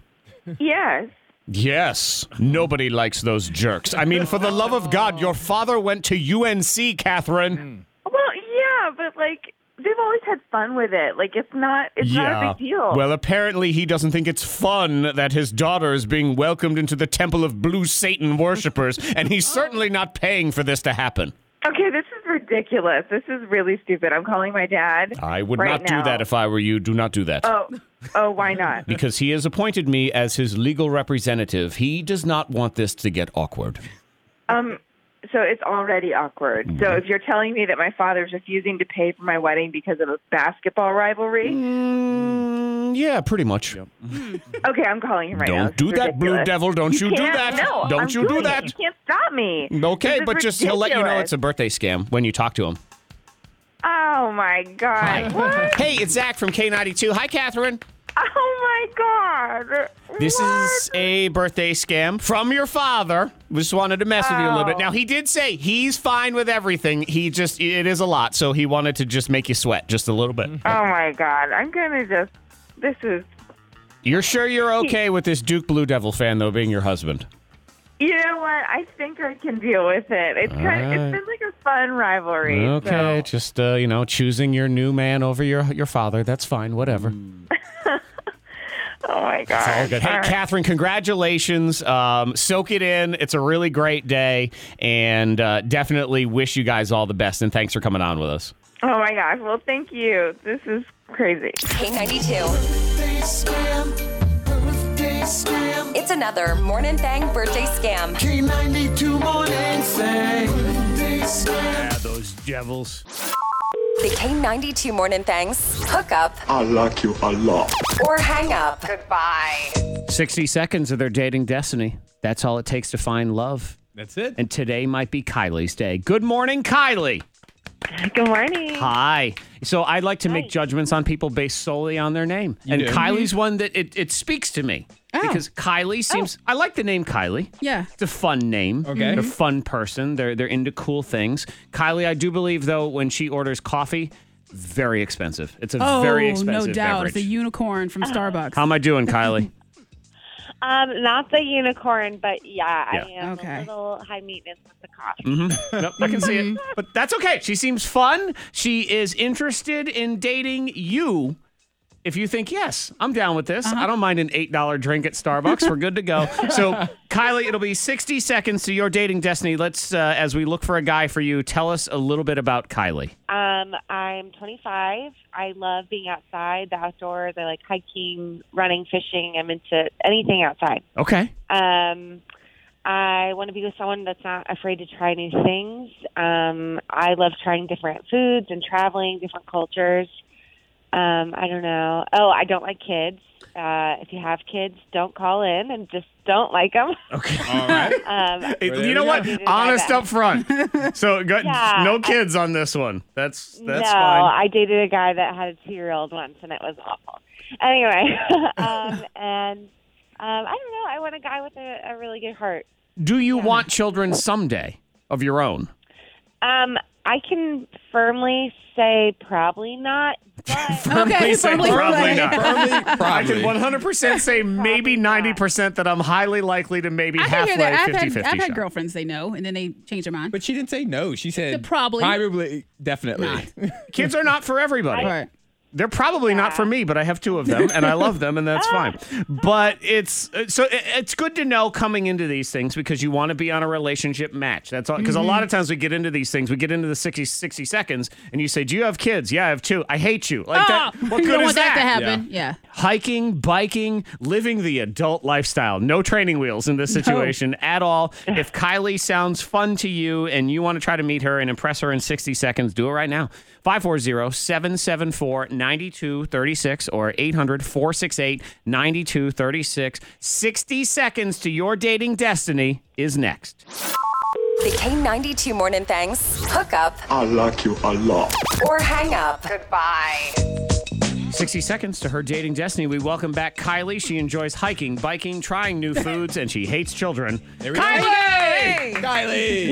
Yes. Yes, nobody likes those jerks. I mean, for the love of God, your father went to UNC, Catherine. Well, yeah, but like they've always had fun with it. Like it's not it's not a big deal. Well, apparently he doesn't think it's fun that his daughter is being welcomed into the temple of blue Satan worshippers, and [laughs] he's certainly not paying for this to happen. okay, this is ridiculous. This is really stupid. I'm calling my dad. I would right not do now. that if I were you. Do not do that. Oh, oh, why [laughs] not? because he has appointed me as his legal representative. He does not want this to get awkward. Um, so it's already awkward. Mm-hmm. So if you're telling me that my father's refusing to pay for my wedding because of a basketball rivalry, Mm, yeah, pretty much. okay, I'm calling him right now. This Don't do is Mm-hmm. that, Blue ridiculous. Devil. Don't you, do can't- that. No, Don't I'm you do doing it. that. You can't stop me. Okay, This is but just he'll let you know ridiculous. it's a birthday scam when you talk to him. Oh my [laughs] god! What? Hey, it's Zach from K92. Hi, Catherine. Oh my god! This is a birthday scam from your father. We just wanted to mess with you a little bit. Now, he did say he's fine with everything. He just, it is a lot. So he wanted to just make you sweat just a little bit. Oh my god! I'm gonna just. This is. You're sure you're okay with this Duke Blue Devil fan, though, being your husband? You know what? I think I can deal with it. It's kind of, right. it's been like a fun rivalry. Okay, so- just, uh, you know, choosing your new man over your, your father. That's fine. Whatever. [laughs] Oh my god! All good. Hey, Catherine, congratulations. Um, soak it in. It's a really great day, and uh, definitely wish you guys all the best. And thanks for coming on with us. Oh my gosh. Well, thank you. This is crazy. K92. It's another Morning Thang birthday scam. those devils. The K92 Morning Thangs. Hook up I like you a lot. or hang up. Goodbye. 60 seconds of their dating destiny. That's all it takes to find love. That's it. And today might be Kylie's day. Good morning, Kylie. Good morning. Hi. So I like to make judgments on people based solely on their name. and do? Kylie's one that it, it speaks to me. Because Kylie seems I like the name Kylie. Oh. Yeah. Mm-hmm. It's a fun name. Okay. They're a fun person. They're they're into cool things. Kylie, I do believe though, when she orders coffee, very expensive. It's a Oh, very no expensive doubt. beverage. It's a unicorn Uh, from Starbucks. How am I doing, Kylie? Um, not the unicorn, but yeah, I Yeah. am Okay. a little high maintenance with the coffee. nope, I can see it. But that's okay. She seems fun. She is interested in dating you. If you think, yes, I'm down with this. I don't mind an $8 drink at Starbucks. We're good to go. So, Kylie, it'll be 60 seconds to your dating destiny. Let's, uh, as we look for a guy for you, tell us a little bit about Kylie. Um, I'm 25. I love being outside, the outdoors. I like hiking, running, fishing. I'm into anything outside. Okay. Um, I want to be with someone that's not afraid to try new things. Um, I love trying different foods and traveling, different cultures. Um, I don't know. Oh, I don't like kids. Uh, if you have kids, don't call in and just don't like them. Okay. All right. [laughs] Um, Hey, Well, you there know we what? go. Did it Honest like up front. So, go, Yeah, no I- kids on this one. That's that's no, fine. I dated a guy that had a two-year-old once, and it was awful. Anyway, [laughs] um, and um, I don't know. I want a guy with a, a really good heart. Do you want children someday of your own? Um, I can firmly say probably not, but [laughs] Okay, say firmly probably say. not. [laughs] I Probably. can 100% [laughs] say maybe 90% that I'm highly likely to maybe I can halfway hear that. I've 50 had, 50 I've had shot. girlfriends say no, and then they change their mind. But she didn't say no. She said The probably. probably, definitely. [laughs] Kids are not for everybody. Right. They're probably not for me, but I have two of them and I love them and [laughs] that's Ah. fine. But it's uh, so it- it's good to know coming into these things because you want to be on a relationship match. That's all because a Mm-hmm. lot of times we get into these things, we get into the 60 60 seconds and you say, "Do you have kids?" "Yeah, I have two. I hate you." Like that. Oh, What you good don't is want that? that? to happen. Yeah. hiking, biking, living the adult lifestyle. No training wheels in this situation at all. If Kylie sounds fun to you and you want to try to meet her and impress her in 60 seconds, do it right now. 540-774-9236 or 800-468-9236. 60 seconds to your dating destiny is next. The K92 Morning Thangs. Hook up I like you a lot. or hang up. Goodbye. 60 seconds to her dating destiny. We welcome back Kylie. She enjoys hiking, biking, trying new foods, and she hates children. There we go. Kylie.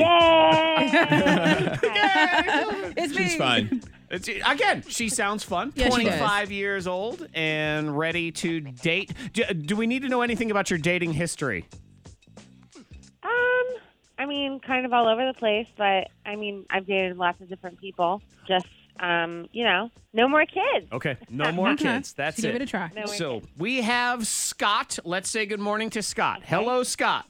[laughs] It's She's fine. It's, again, she sounds fun. Yeah, she does. 25 years old and ready to date. Do, do we need to know anything about your dating history? um, I mean, kind of all over the place. But I mean, I've dated lots of different people. Just um, you know, no more kids. [laughs] Okay, no more kids. That's Mm-hmm. she it. Give it a try. No more So we have Scott. Let's say good morning to Scott. Hello, Scott.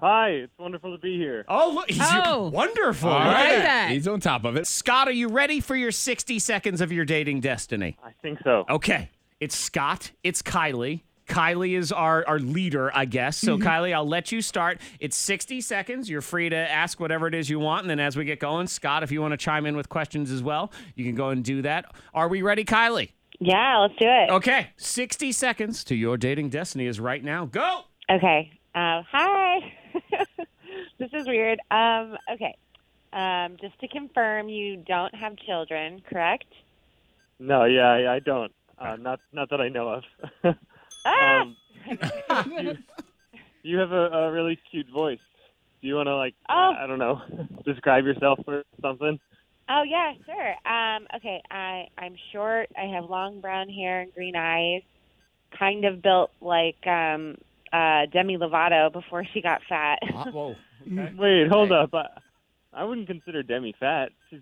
Hi, it's wonderful to be here. Oh, look, he's Oh. wonderful. All like right. that. He's on top of it. Scott, are you ready for your 60 seconds of your dating destiny? I think so. Okay. It's Scott. It's Kylie. Kylie is our, our leader, I guess. So, Mm-hmm. Kylie, I'll let you start. It's 60 seconds. You're free to ask whatever it is you want. And then as we get going, Scott, if you want to chime in with questions as well, you can go and do that. Are we ready, Kylie? Yeah, let's do it. Okay. 60 seconds to your dating destiny is right now. Go. Okay. Uh, hi. [laughs] this is weird. Um, okay. Um, just to confirm, you don't have children, correct? No, yeah, I, I don't. Uh, not, not that I know of. [laughs] Ah! um, [laughs] you, you have a, a really cute voice. Do you want to like, uh, Oh. I don't know, [laughs] describe yourself or something? oh yeah, sure. Um, okay. I I'm short. I have long brown hair and green eyes. Kind of built like um, uh, Demi Lovato before she got [laughs] fat. Uh, whoa. Wait, hold up. I, I wouldn't consider Demi fat. She's,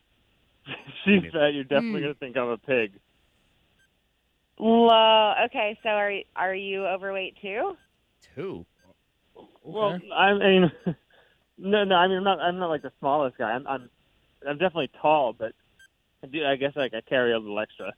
[laughs] she's fat. You're definitely gonna think I'm a pig. Whoa. Okay. So are are you overweight too? Two. Well, I mean, [laughs] no, no. I mean, I'm not. I'm not like the smallest guy. I'm. I'm. I'm definitely tall, but I, do, I guess like I carry a little extra.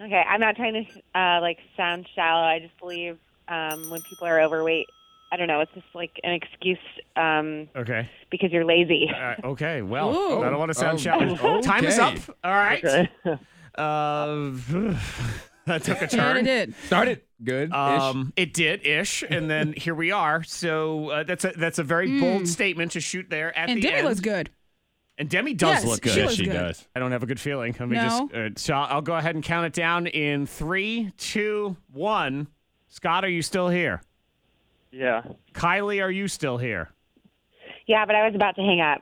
Okay, I'm not trying to uh, like sound shallow. I just believe um, when people are overweight, I don't know. It's just like an excuse um, Okay. because you're lazy. Uh, okay. Well, Ooh. I don't want to Oh, sound shallow. oh, Time is up. okay. All right. Okay. [laughs] Uh, [laughs] that took a turn. Yeah, it did. Started good. Um, it did ish, and then [laughs] here we are. So uh, that's a that's a very bold statement to shoot there at Hmm. and the Demi end. looks good. And Demi does Yes, look she good. looks She good. does. I don't have a good feeling. I mean, No. just uh, so I'll I'll go ahead and count it down in three, two, one. Scott, are you still here? Yeah. Kylie, are you still here? Yeah, but I was about to hang up.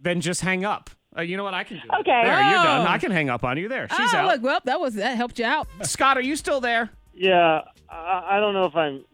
Then just hang up. Uh, you know what? I can do. it. Okay. There, you're done. Oh. I can hang up on you. There, she's oh, out. look, well, that was that helped you out. Scott, are you still there? Yeah. I, I don't know if I'm.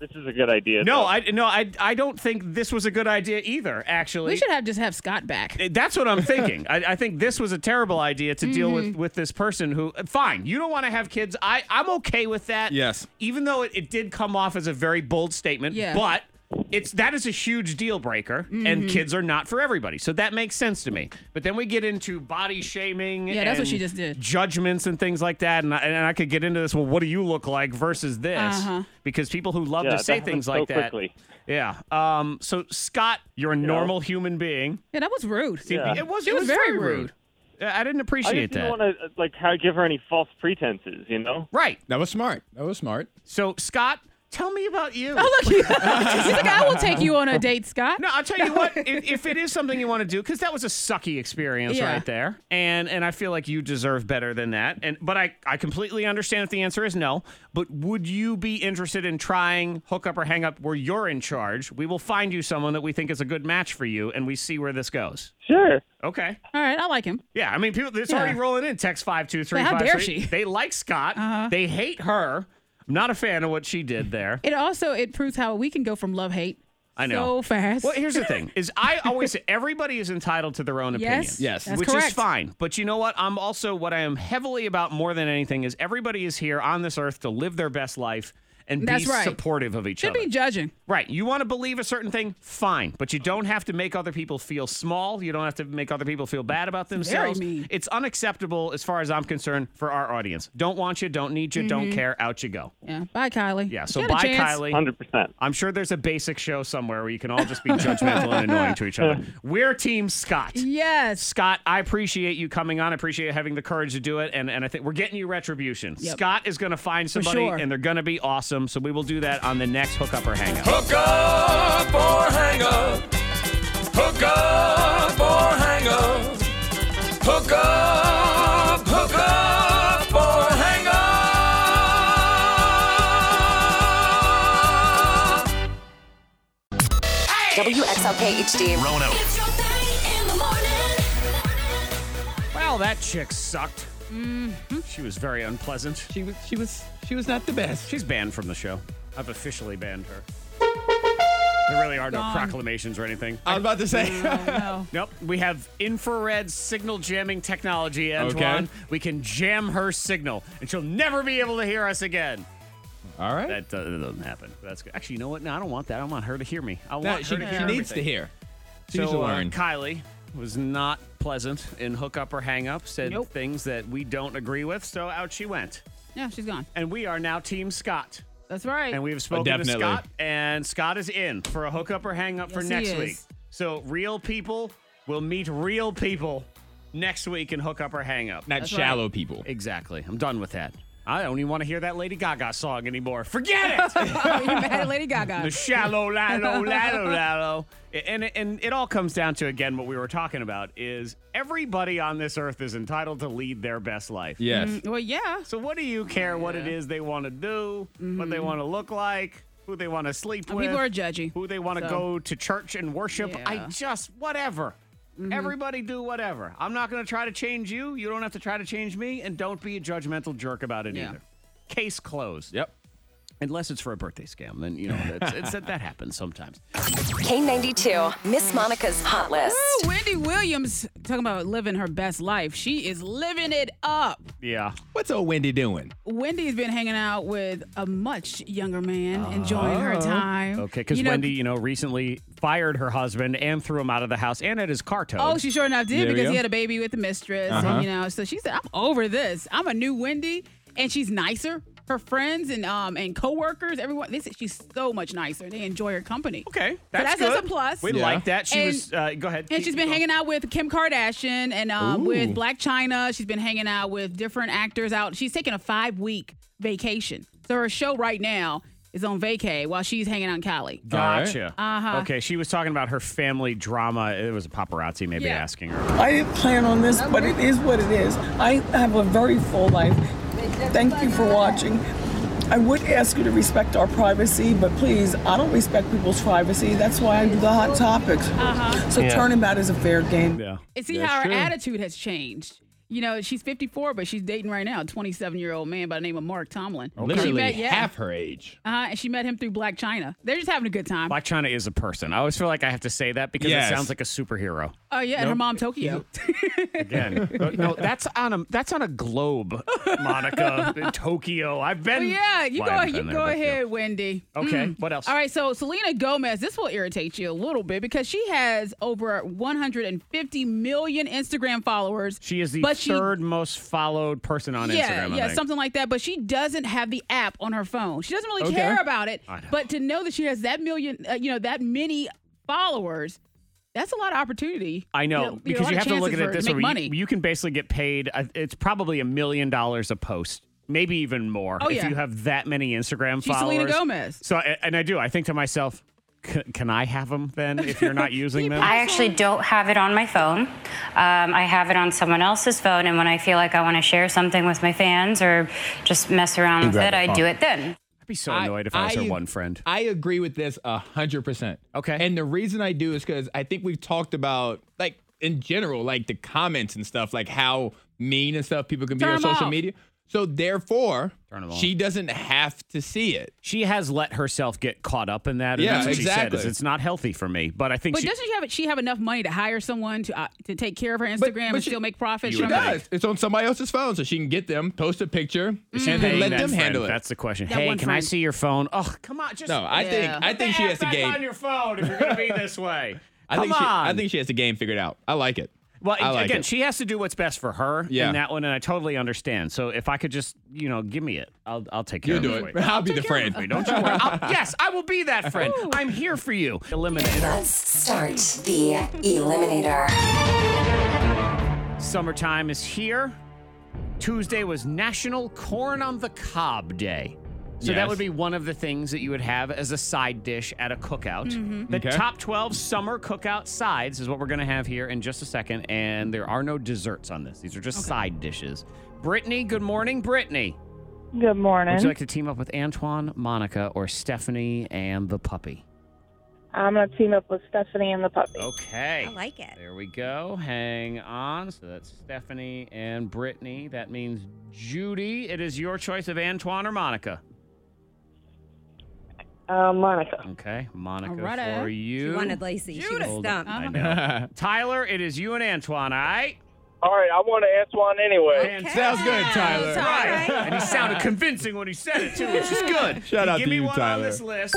This is a good idea. No, though. I no, I I don't think this was a good idea either. Actually, We should have just have Scott back. Eh, That's what I'm thinking. I, I think this was a terrible idea to deal Mm-hmm. with with this person who. Fine, you don't want to have kids. I I'm okay with that. Yes. Even though it, it did come off as a very bold statement, Yeah. Mm-hmm. but it's that is a huge deal breaker, and kids are not for everybody. So that makes sense to me. But then we get into body shaming. Yeah, that's what and she just did. Judgments and things like that, and I, and I could get into this. Well, what do you look like versus this? Uh-huh. Because people who love Yeah, to say that things like happened so that. quickly. Yeah. Um. So Scott, you're a normal human being. Yeah, that was rude. See, It was. She it was very rude. I I didn't I appreciate just that. didn't want to like how give her any false pretenses. You know. right. That was smart. That was smart. So Scott, tell me about you. [laughs] Oh, [laughs] look, [laughs] she's like, I will take you on a date, Scott. No, I'll tell you [laughs] what. if, if it is something you want to do, because that was a sucky experience Yeah. right there, and and I feel like you deserve better than that. And but I I completely understand if the answer is no. But would you be interested in trying hook up or hang up where you're in charge? We will find you someone that we think is a good match for you, and we see where this goes. Sure. Okay. All right, I like him. Yeah, I mean, people. It's Yeah. already rolling in. Text five two three But how five dare three. she? Uh-huh. They like Scott. They hate her. I'm not a fan of what she did there. It also it proves how we can go from love hate. I know. so fast. Well, here's the thing: is I always say everybody is entitled to their own opinion. Yes, Yes. that's which is correct. fine. But you know what? I'm also what I am heavily about more than anything is everybody is here on this earth to live their best life and That's be right. supportive of each should other. be judging. Right. You want to believe a certain thing? Fine. But you don't have to make other people feel small. You don't have to make other people feel bad about themselves. mean. It's unacceptable as far as I'm concerned for our audience. Don't want you, don't need you, don't Mm-hmm. care. Out you go. [laughs] Yeah. Bye, Kylie. Yeah. So She had a bye, chance. Kylie. Hundred percent. I'm sure there's a basic show somewhere where you can all just be judgmental and annoying to each [laughs] other. We're Team Scott. Yes. Scott, I appreciate you coming on. I appreciate you having the courage to do it. And, and I think we're getting you retribution. Yep. Scott is going to find somebody sure. and they're going to be awesome. So we will do that on the next Hookup or Hangout. Hook up or hang up. Hook up or hang up. Hook up, hook up or hang up. WXLK HD. Rono. It's your thing in the morning. Well, that chick sucked. She was very unpleasant. Mm-hmm. She was. She was. She was not the best. She's banned from the show. I've officially banned her. There really are no Gone. proclamations or anything. I was about to say. [laughs] No. Nope. We have infrared signal jamming technology, Antoine. Okay. We can jam her signal, and she'll never be able to hear us again. All right. That, uh, that doesn't happen. That's good. Actually, you know what? No, I don't want that. I want her to hear me. I want No, her she, to she hear needs everything. to hear. She needs to So uh, learn. Kylie was not pleasant in hookup or hang up. Said Nope. things that we don't agree with. So out she went, Yeah, she's gone. and we are now Team Scott. That's right. And we have spoken to definitely. Scott, and Scott is in for a hookup or hang up for Yes, he next is. week. So real people will meet real people next week in hookup or hang up. not shallow people. Exactly. I'm done with that. I don't even want to hear that Lady Gaga song anymore. Forget it. [laughs] you mad at Lady Gaga. the shallow, [laughs] lalo, lalo, lalo. And, and it all comes down to, again, what we were talking about is everybody on this earth is entitled to lead their best life. Yes. Mm, well, yeah. Mm-hmm. So what do you care what it is they want to do, what they want to look like, who they want to sleep And with? people are judgy. Who they want to So- go to church and worship? I Yeah. Mm-hmm. just whatever. Everybody do whatever. I'm not going to try to change you. You don't have to try to change me, and don't be a judgmental jerk about it Yeah. either. Case closed. Yep. Unless it's for a birthday scam, then you know it's, it's, that that happens [laughs] sometimes. K92, Miss Monica's Hot List. Ooh, Wendy Williams talking about living her best life. She is living it up. Yeah. What's old Wendy doing? Wendy's been hanging out with a much younger man, enjoying her time. Oh. Okay, because You know- Wendy, you know, recently fired her husband and threw him out of the house and at his car towed. Oh, she sure enough did There we because go. he had a Uh-huh. baby with the mistress, and, you know. So she said, "I'm over this. I'm a new Wendy, and she's nicer." her friends and um and coworkers, everyone. They said she's so much nicer. They enjoy her company. Okay, that's, that's so that's good. a plus. We like that. She And- was. Uh, go ahead. and she's been hanging out with Kim Kardashian and um, Ooh. with Black China. She's been hanging out with different actors out. She's taking a five week vacation. So her show right now is on vacay while she's hanging out in Cali. Gotcha. Uh-huh. Okay, she was talking about her family drama. It was a paparazzi maybe Yeah. asking her. I didn't plan on this, but it is what it is. I have a very full life. Thank you for watching. I would ask you to respect our privacy, but please, I don't respect people's privacy. That's why I do the hot topics. So Yeah. turnabout is a fair game. Yeah. And see how her attitude has changed. You know, she's 54, but she's dating right now a 27 year old man by the name of Mark Tomlin. Literally she met, yeah. half her age. Uh-huh, and she met him through Black China. They're just having a good time. Black China is a person. I always feel like I have to say that because Yes. it sounds like a superhero. Oh yeah, and her mom Tokyo. Again, [laughs] no, that's on a that's on a globe, [laughs] Monica. Tokyo. I've been. Well, Oh, yeah, you well, I go. haven't You been there, go but, yeah. ahead, Wendy. Mm. Okay, what else? All right, so Selena Gomez. This will irritate you a little bit because she has over 150 million Instagram followers. She is the But she- third most followed person on yeah, Instagram. I yeah, think. something like that. But she doesn't have the app on her phone. She doesn't really Okay. care about it. I know. But to know that she has that million, uh, you know, that many followers, that's a lot of opportunity. I know, You know, because a lot you of have to look at chances it this for- make way. You- money. You, can basically get paid. uh, It's probably a million dollars a post, maybe even more, Oh, if yeah. you have that many Instagram She's followers. Selena Gomez. So, a- and I do. I think to myself, "C- can I have them then? If you're [laughs] not using them, I actually don't have it on my phone. Um, I have it on someone else's phone, and when I feel like I want to share something with my fans or just mess around You with grab it, the I phone. do it then. I'd be so annoyed if I was her I- one friend. I agree with this a hundred percent. Okay. And the reason I do is because I think we've talked about like in general, like the comments and stuff, like how mean and stuff people can Turn be on 'em social off. media. So therefore, Turn 'em off. she doesn't have to see it. She has let herself get caught up in that. And Yeah, that's what She exactly. said, is it's not healthy for me, but I think But she. doesn't she have she have enough money to hire someone to uh, to take care of her Instagram and still make profits? She from it? does. It's on somebody else's phone, so she can get them, post a picture, Is she and paying then let that them friend? handle it. That's the question. That hey, one can I friend. see your phone? Oh, come on, just No, I think Yeah. I Put the think she app has to back game. on your phone if you're gonna be [laughs] this way. [laughs] I Come think on. she I think she has the game figured out. I like it. Well, I like again, it. she has to do what's best for her Yeah. in that one, and I totally understand. So if I could just, you know, give me it, I'll, I'll take care You of do it. it. for you. I'll be the friend. Don't you worry. [laughs] I'll- yes, I will be that friend. I'm here for you. Eliminator. Let's start the Eliminator. Summertime is here. Tuesday was National Corn on the Cob Day. So that Yes. would be one of the things that you would have as a side dish at a cookout. Mhm. The Okay. top 12 summer cookout sides is what we're going to have here in just a second. And there are no desserts on this, these are just side dishes. Brittany, good morning, Brittany. Good morning. Would you like to team up with Antoine, Monica, or Stephanie and the puppy? I'm gonna team up with Stephanie and the puppy. Okay. I like it. There we go. Hang on. So that's Stephanie and Brittany. That means Judy. It is your choice of Antoine or Monica. Uh, Monica. Okay, Monica Alrighty. for She you. wanted Lacey. She was Hold- stumped. I know. Tyler, it is you and Antoine. All right. All right, I want to Antoine anyway. Sounds good, Tyler. Tyler. and he sounded convincing when he said it [laughs] too, which is good. Shout out give to me you, one on Tyler. this list.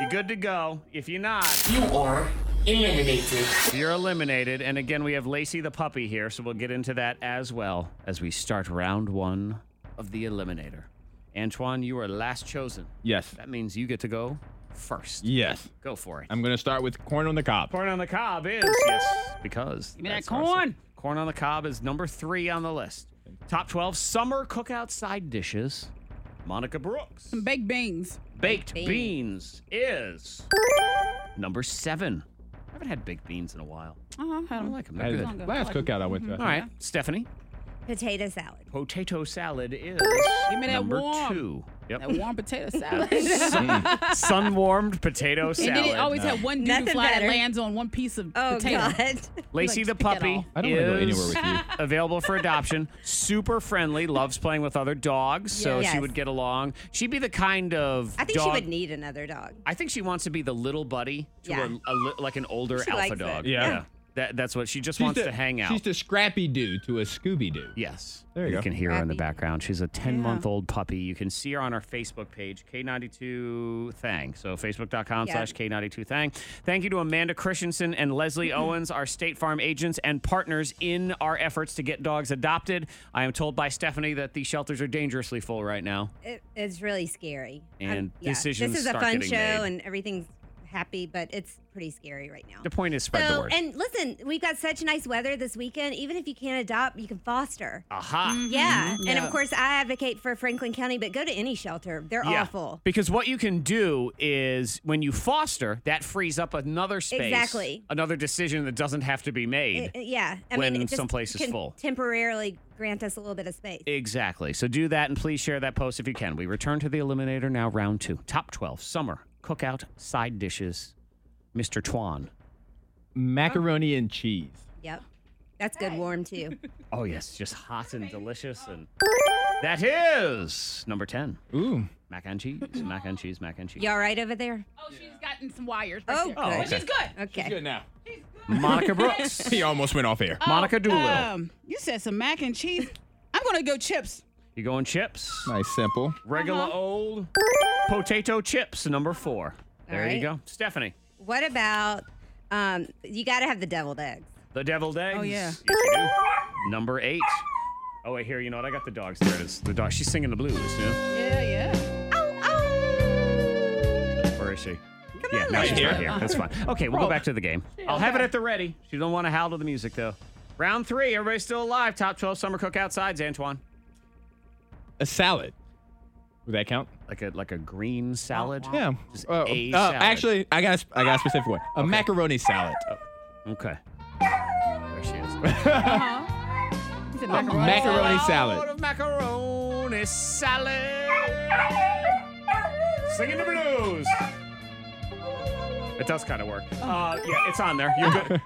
You're good to go. If you're not, you are eliminated. You're eliminated. And again, we have Lacey the puppy here, so we'll get into that as well as we start round one of the eliminator. Antoine, you are last chosen. Yes. That means you get to go first. Yes. Go for it. I'm gonna start with corn on the cob. Corn on the cob is yes, because me that that's our corn. song. Corn on the cob is number three on the list. Top twelve summer cookout side dishes. Monica Brooks. Some baked beans. Baked beans is number seven. I haven't had baked beans in a while. Uh-huh, I I don't like them. They're good. Mm-hmm. All right, Stephanie. Potato salad. Potato salad is Give me that number warm. two. Yep. That warm potato [laughs] salad. [laughs] Sun warmed potato salad. And then it always had one dude Nothing fly that better. Oh, lands on one piece of potato. [laughs] Lacey the puppy I don't is wanna go anywhere with you. available for adoption. Super friendly, loves playing with other dogs, so she Yes. would get along. She'd be the kind of I think dog. she would need another dog. I think she wants to be the little buddy to Yeah. a, a li- like an older She alpha likes it. dog. Yeah. That, that's what she just She's wants the- to hang out. She's the Scrappy Doo to a Scooby Doo. Yes. There you, you go. can hear her in the background. She's a 10 month old puppy. You can see her on our Facebook page, K92 Thang. So, facebook.com Yeah. slash K92 Thang. Thank you to Amanda Christensen and [clears throat] Leslie Owens, our State Farm agents and partners in our efforts to get dogs adopted. I am told by Stephanie that the shelters are dangerously full right now. It, it's really scary. And Yeah, decisions this is a start fun getting show, made. and everything's happy, but it's pretty scary right now. The point is spread the So, word. and listen, we've got such nice weather this weekend. Even if you can't adopt, you can foster. Aha. Mm-hmm. Yeah. And Yeah. of course, I advocate for Franklin County, but go to any shelter. They're Yeah. awful. Because what you can do is when you foster, that frees up another space. Exactly. Another decision that doesn't have to be made. Uh, yeah. I when mean, it just some place is can full. Temporarily grant us a little bit of space. Exactly. So do that and please share that post if you can. We return to the Eliminator now, round two. Top 12 summer cookout side dishes. Mr. Twan. Macaroni and cheese. Yep. That's good warm, too. [laughs] Oh, yes. Just hot and delicious. And that is number 10. Ooh. Mac and [laughs] cheese, mac and cheese, mac and cheese. You all right over there? Oh, she's gotten some wires. Oh, Right Oh, there. okay. she's good. Okay. She's good now. Monica Brooks. [laughs] [laughs] he almost went off Uh, air. Oh, um, you said some mac and cheese. I'm gonna go chips. you going chips? Nice, simple. Regular Uh-huh. old potato chips, number four. There you right. go. Stephanie, What about um, you got to have the deviled eggs? the deviled eggs. Oh, yeah. Yes, you do. Number eight. Oh, wait, here, you know what? I got the dogs. There it is. The dog. She's singing the blues, yeah? Yeah, yeah. Where is she? yeah, no, she's not here. That's fine. Okay, we'll go back to the game. I'll have it at the ready. She don't want to howl to the music though. Round three. Everybody's still alive. Top twelve summer cookout sides. Antoine, A salad. Would that count? like a like a green salad. Yeah. Just Uh, a uh, salad. Actually, I got a, I got a specific one. A macaroni salad. Oh, Okay. There she is. [laughs] He said Oh, macaroni salad. Out of macaroni salad. Singing the blues. It does kind of work. Uh, yeah, it's on there. You're good.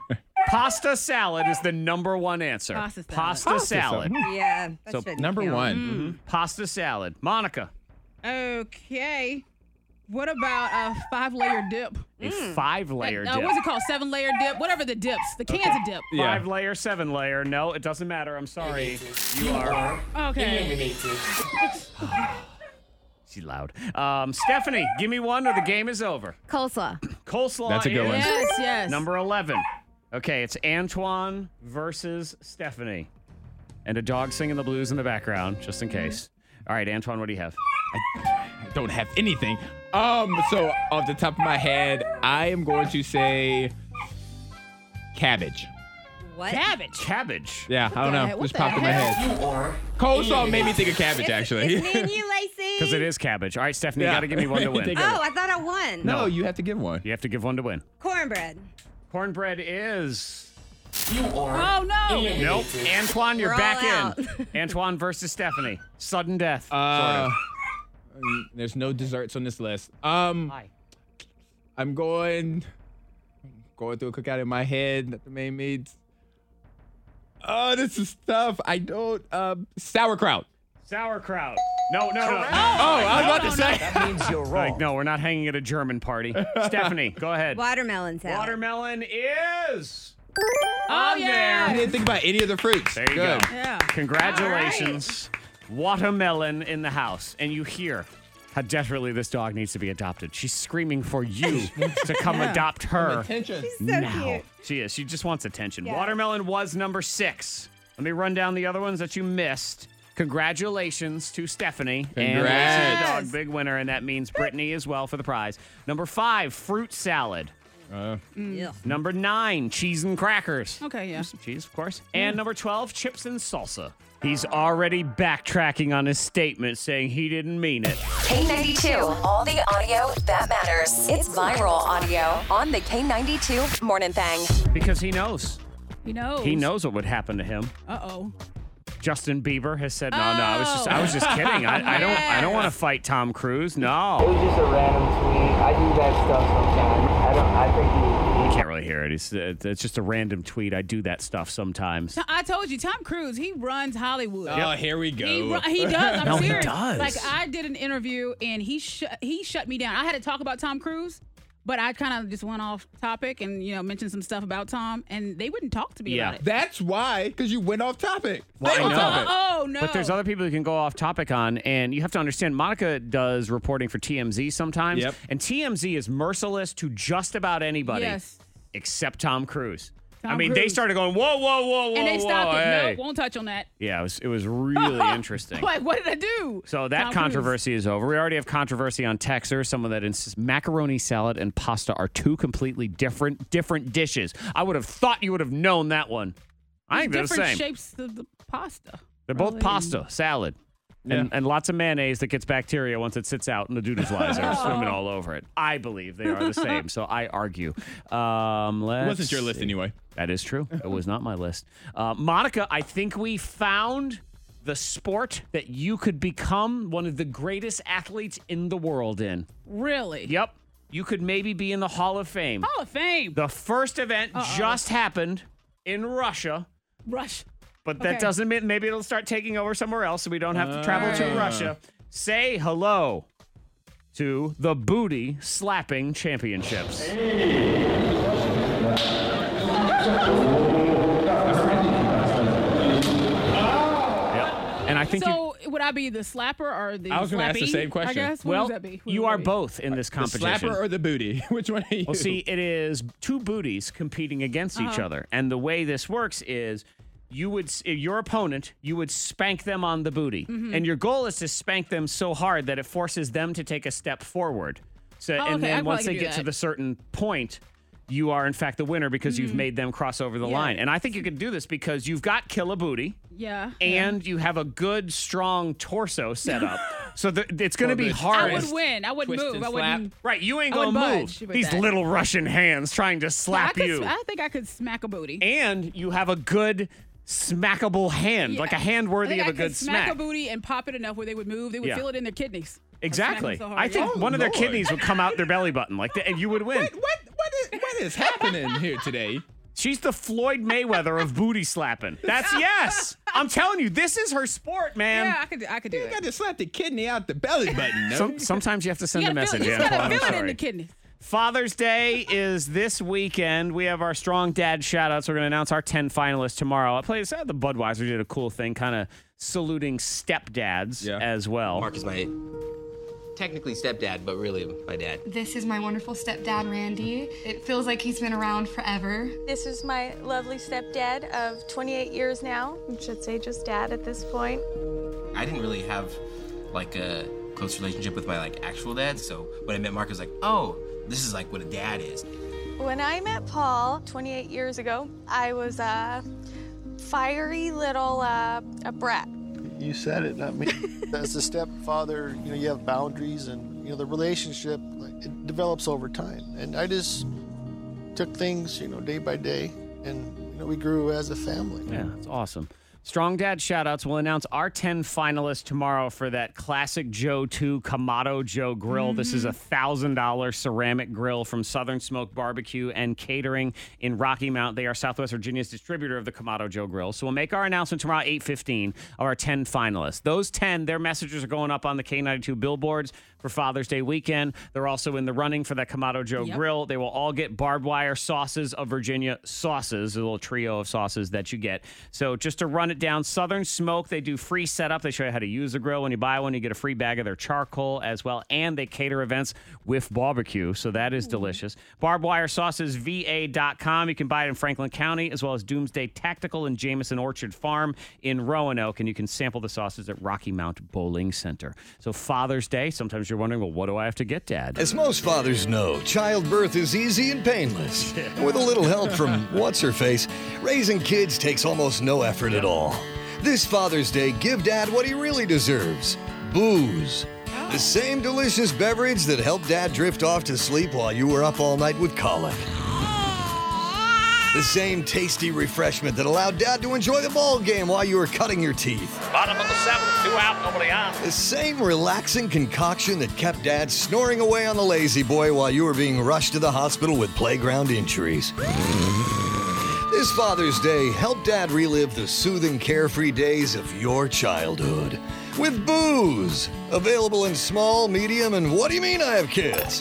Pasta salad is the number one answer. Pasta salad. Pasta salad. Yeah. Mm. that So shouldn't number count. one, pasta salad. Monica, Okay. What about a five layer dip? a Mm. five-layer Uh, dip. what's it called? Seven layer dip? Whatever the dips. The cans of dip. Five layer, seven layer. No, it doesn't matter. I'm sorry. You are. Oh, Okay. [laughs] She's loud. Um, Stephanie, give me one or the game is over. Coleslaw. Coleslaw. That's a good is one. Yes, yes. Number 11. Okay, it's Antoine versus Stephanie. And a dog singing the blues in the background, just in case. All right, Antoine, what do you have? I don't have anything. Um, so off the top of my head, I am going to say cabbage. What? Cabbage. Cabbage. Yeah, I don't the know. heck- what Just the popped in my heck? head. Coleslaw made me think of cabbage, actually. [laughs] [laughs] It's me and you, Lacey. Because it is cabbage. All right, Stephanie, Yeah. you got to give me [laughs] one to win. Take Oh, I thought I won. No, you have to give one. You have to give one to win. Cornbread. Cornbread is. You Oh no. Nope. Antoine, you're We're all back in. Antoine versus Stephanie. Sudden death. Uh, sort of. mm, There's no desserts on this list. Um, I'm going going through a cookout in my head. Not the main meats. Oh, this is tough. I don't. Um, sauerkraut. Sauerkraut. No, no, no. Oh, I was about to [laughs] say. That means you're wrong. Like, no, we're not hanging at a German [laughs] party. Stephanie, go ahead. Watermelon salad. Watermelon is. Oh I yeah. didn't think about any of the fruits. There you Good. go. Yeah. Congratulations. Watermelon in the house. And you hear how desperately this dog needs to be adopted. She's screaming for [laughs] you to come Yeah. adopt her. Attention. now. She is. She just wants attention. Yeah. Watermelon was number six. Let me run down the other ones that you missed. Congratulations to Stephanie and Lacey the Congrats. dog, big winner, and that means Brittany as well for the prize. Number five, fruit salad. Ugh. Number nine, cheese and crackers. Okay, yeah. Some cheese, of course. And number 12, chips and salsa. He's already backtracking on his statement saying he didn't mean it. K92, all the audio that matters. It's viral audio on the K92 Morning Thing. Because he knows. He knows. He knows what would happen to him. Uh oh. Justin Bieber has said, "No, no, I was just, I was just Oh. kidding. I, I don't, I don't [laughs] want to fight Tom Cruise. It No, was just a random tweet. I do that stuff sometimes. I don't. I think you. you can't really hear it. It's, it's it's just a random tweet. I do that stuff sometimes. T- I told you, Tom Cruise, he runs Hollywood. Oh, here we go. He, run, he does. [laughs] I'm No, he serious. does. Like I did an interview and he shut he shut me down. I had to talk about Tom Cruise But I kind of just went off topic and you know mentioned some stuff about Tom, and they wouldn't talk to me about it. That's why, because you went off topic. Well, Stay I on know. topic. Oh no! But there's other people you can go off topic on, and you have to understand. Monica does reporting for TMZ sometimes, Yep. and TMZ is merciless to just about anybody, Yes. except Tom Cruise. I Tom mean, they Cruise. started going, whoa, whoa, whoa, whoa, and they whoa, stopped it. hey. Nope, won't touch on that. Yeah, it was, it was [laughs] really interesting. Like, what did I do? So that Tom Cruise. controversy is over. We already have controversy on Texer. Someone that insists macaroni salad and pasta are two completely different different dishes. I would have thought you would have known that one. I think they're the different same. shapes of the pasta. They're both Really. pasta salad. And, and lots of mayonnaise that gets bacteria once it sits out and the doodoo flies are swimming all over it. I believe they are the same, so I argue. Um, It wasn't let's your list see. anyway. That is true. It was not my [laughs] list. Uh, Monica, I think we found the sport that you could become one of the greatest athletes in the world in. Really? Yep. You could maybe be in the Hall of Fame. Hall of Fame. The first event Uh-oh. just happened in Russia. Rush. But that Okay. doesn't mean maybe it'll start taking over somewhere else so we don't have to travel to Alright. Russia. Say hello to the booty slapping championships. [laughs] And I think you so Oh, would I be the slapper or the? I was going gonna to ask the same question. I guess. What Well, would that be? What you would are that be? both in this The competition. slapper or the booty? [laughs] Which one are you? Well, see, it is two booties competing against each Uh-huh. other, and the way this works is you would s- eh, your opponent you would spank them on the booty, Mhm. and your goal is to spank them so hard that it forces them to take a step forward. So, Oh, and okay, I then probably once could they do get to that. the certain point. You are in fact the winner because you've made them cross over the Mm-hmm. Yeah. line, and I think you could do this because you've got kill a booty, Yeah. and you have a good strong torso set [gasps] up, so the, it's going to Or be the hard. I would win. I wouldn't twist move. and I slap. wouldn't. Right, you ain't I wouldn't gonna budge move. with These that. little Russian hands trying to But I slap could- you. I think I could smack a booty. and you have a good smackable hand, like a hand worthy of I think a I could good smack. Smack a booty and pop it enough where they would move. They would Yeah. feel it in their kidneys. exactly. so hard, I think yeah. one Oh, of their Lord. kidneys would come out their belly button, like, that, and you [laughs] would win. what is happening here today? She's the Floyd Mayweather of booty [laughs] slapping. That's yes. I'm telling you, this is her sport, man. Yeah, I could. I could do You it. got to slap the kidney out the belly button. No? Some- sometimes you have to send You a gotta feel message. it. You yeah, [laughs] gotta Paul, I'm feel it in sorry. the kidneys. Father's Day is this weekend. We have our strong dad shout outs. We're going to announce our 10 finalists tomorrow. I played uh, the Budweiser did a cool thing, kind of saluting stepdads as well. Mark is my Technically stepdad, but really my dad. This is my wonderful stepdad, Randy. It feels like he's been around forever. This is my lovely stepdad of 28 years now. You should say just dad at this point. [laughs] I didn't really have like a close relationship with my like actual dad, so when I met Mark, I was like, oh, this is like what a dad is. When I met Paul 28 years ago, I was a fiery little uh, a brat. You said it, not me. As a stepfather, you know, you have boundaries and, you know, the relationship, like, it develops over time. And I just took things, you know, day by day and, you know, we grew as a family. Yeah, it's awesome. Strong Dad shoutouts will announce our 10 finalists tomorrow for that classic Joe 2 Kamado Joe grill. This is a $1,000 ceramic grill from Southern Smoke Barbecue and Catering in Rocky Mount. They are Southwest Virginia's distributor of the Kamado Joe grill. So we'll make our announcement tomorrow 8:15 of our 10 finalists. Those 10, their messages are going up on the K92 billboards for Father's Day weekend. They're also in the running for that Kamado Joe Yep. grill grill. They will all get barbed wire sauces of Virginia sauces, a little trio of sauces that you get. So just to run it down, Southern Smoke, they do free setup. They show you how to use the grill. When you buy one, you get a free bag of their charcoal as well. And they cater events with barbecue. So that is delicious. Barbed wire sauces, VA.com. You can buy it in Franklin County as well as Doomsday Tactical and Jameson Orchard Farm in Roanoke. And you can sample the sauces at Rocky Mount Bowling Center. So Father's Day, sometimes you're wondering, well, what do I have to get, Dad? As most fathers know, childbirth is easy and painless. And with a little help from what's her face, raising kids takes almost no effort at all. This Father's Day, give dad what he really deserves booze. The same delicious beverage that helped dad drift off to sleep while you were up all night with colic. The same tasty refreshment that allowed dad to enjoy the ball game while you were cutting your teeth. Bottom of the seventh, two out, nobody on. The same relaxing concoction that kept Dad snoring away on the lazy boy while you were being rushed to the hospital with playground injuries. This Father's Day, help Dad relive the soothing, carefree days of your childhood with booze. Available in small, medium, and what do you mean I have kids?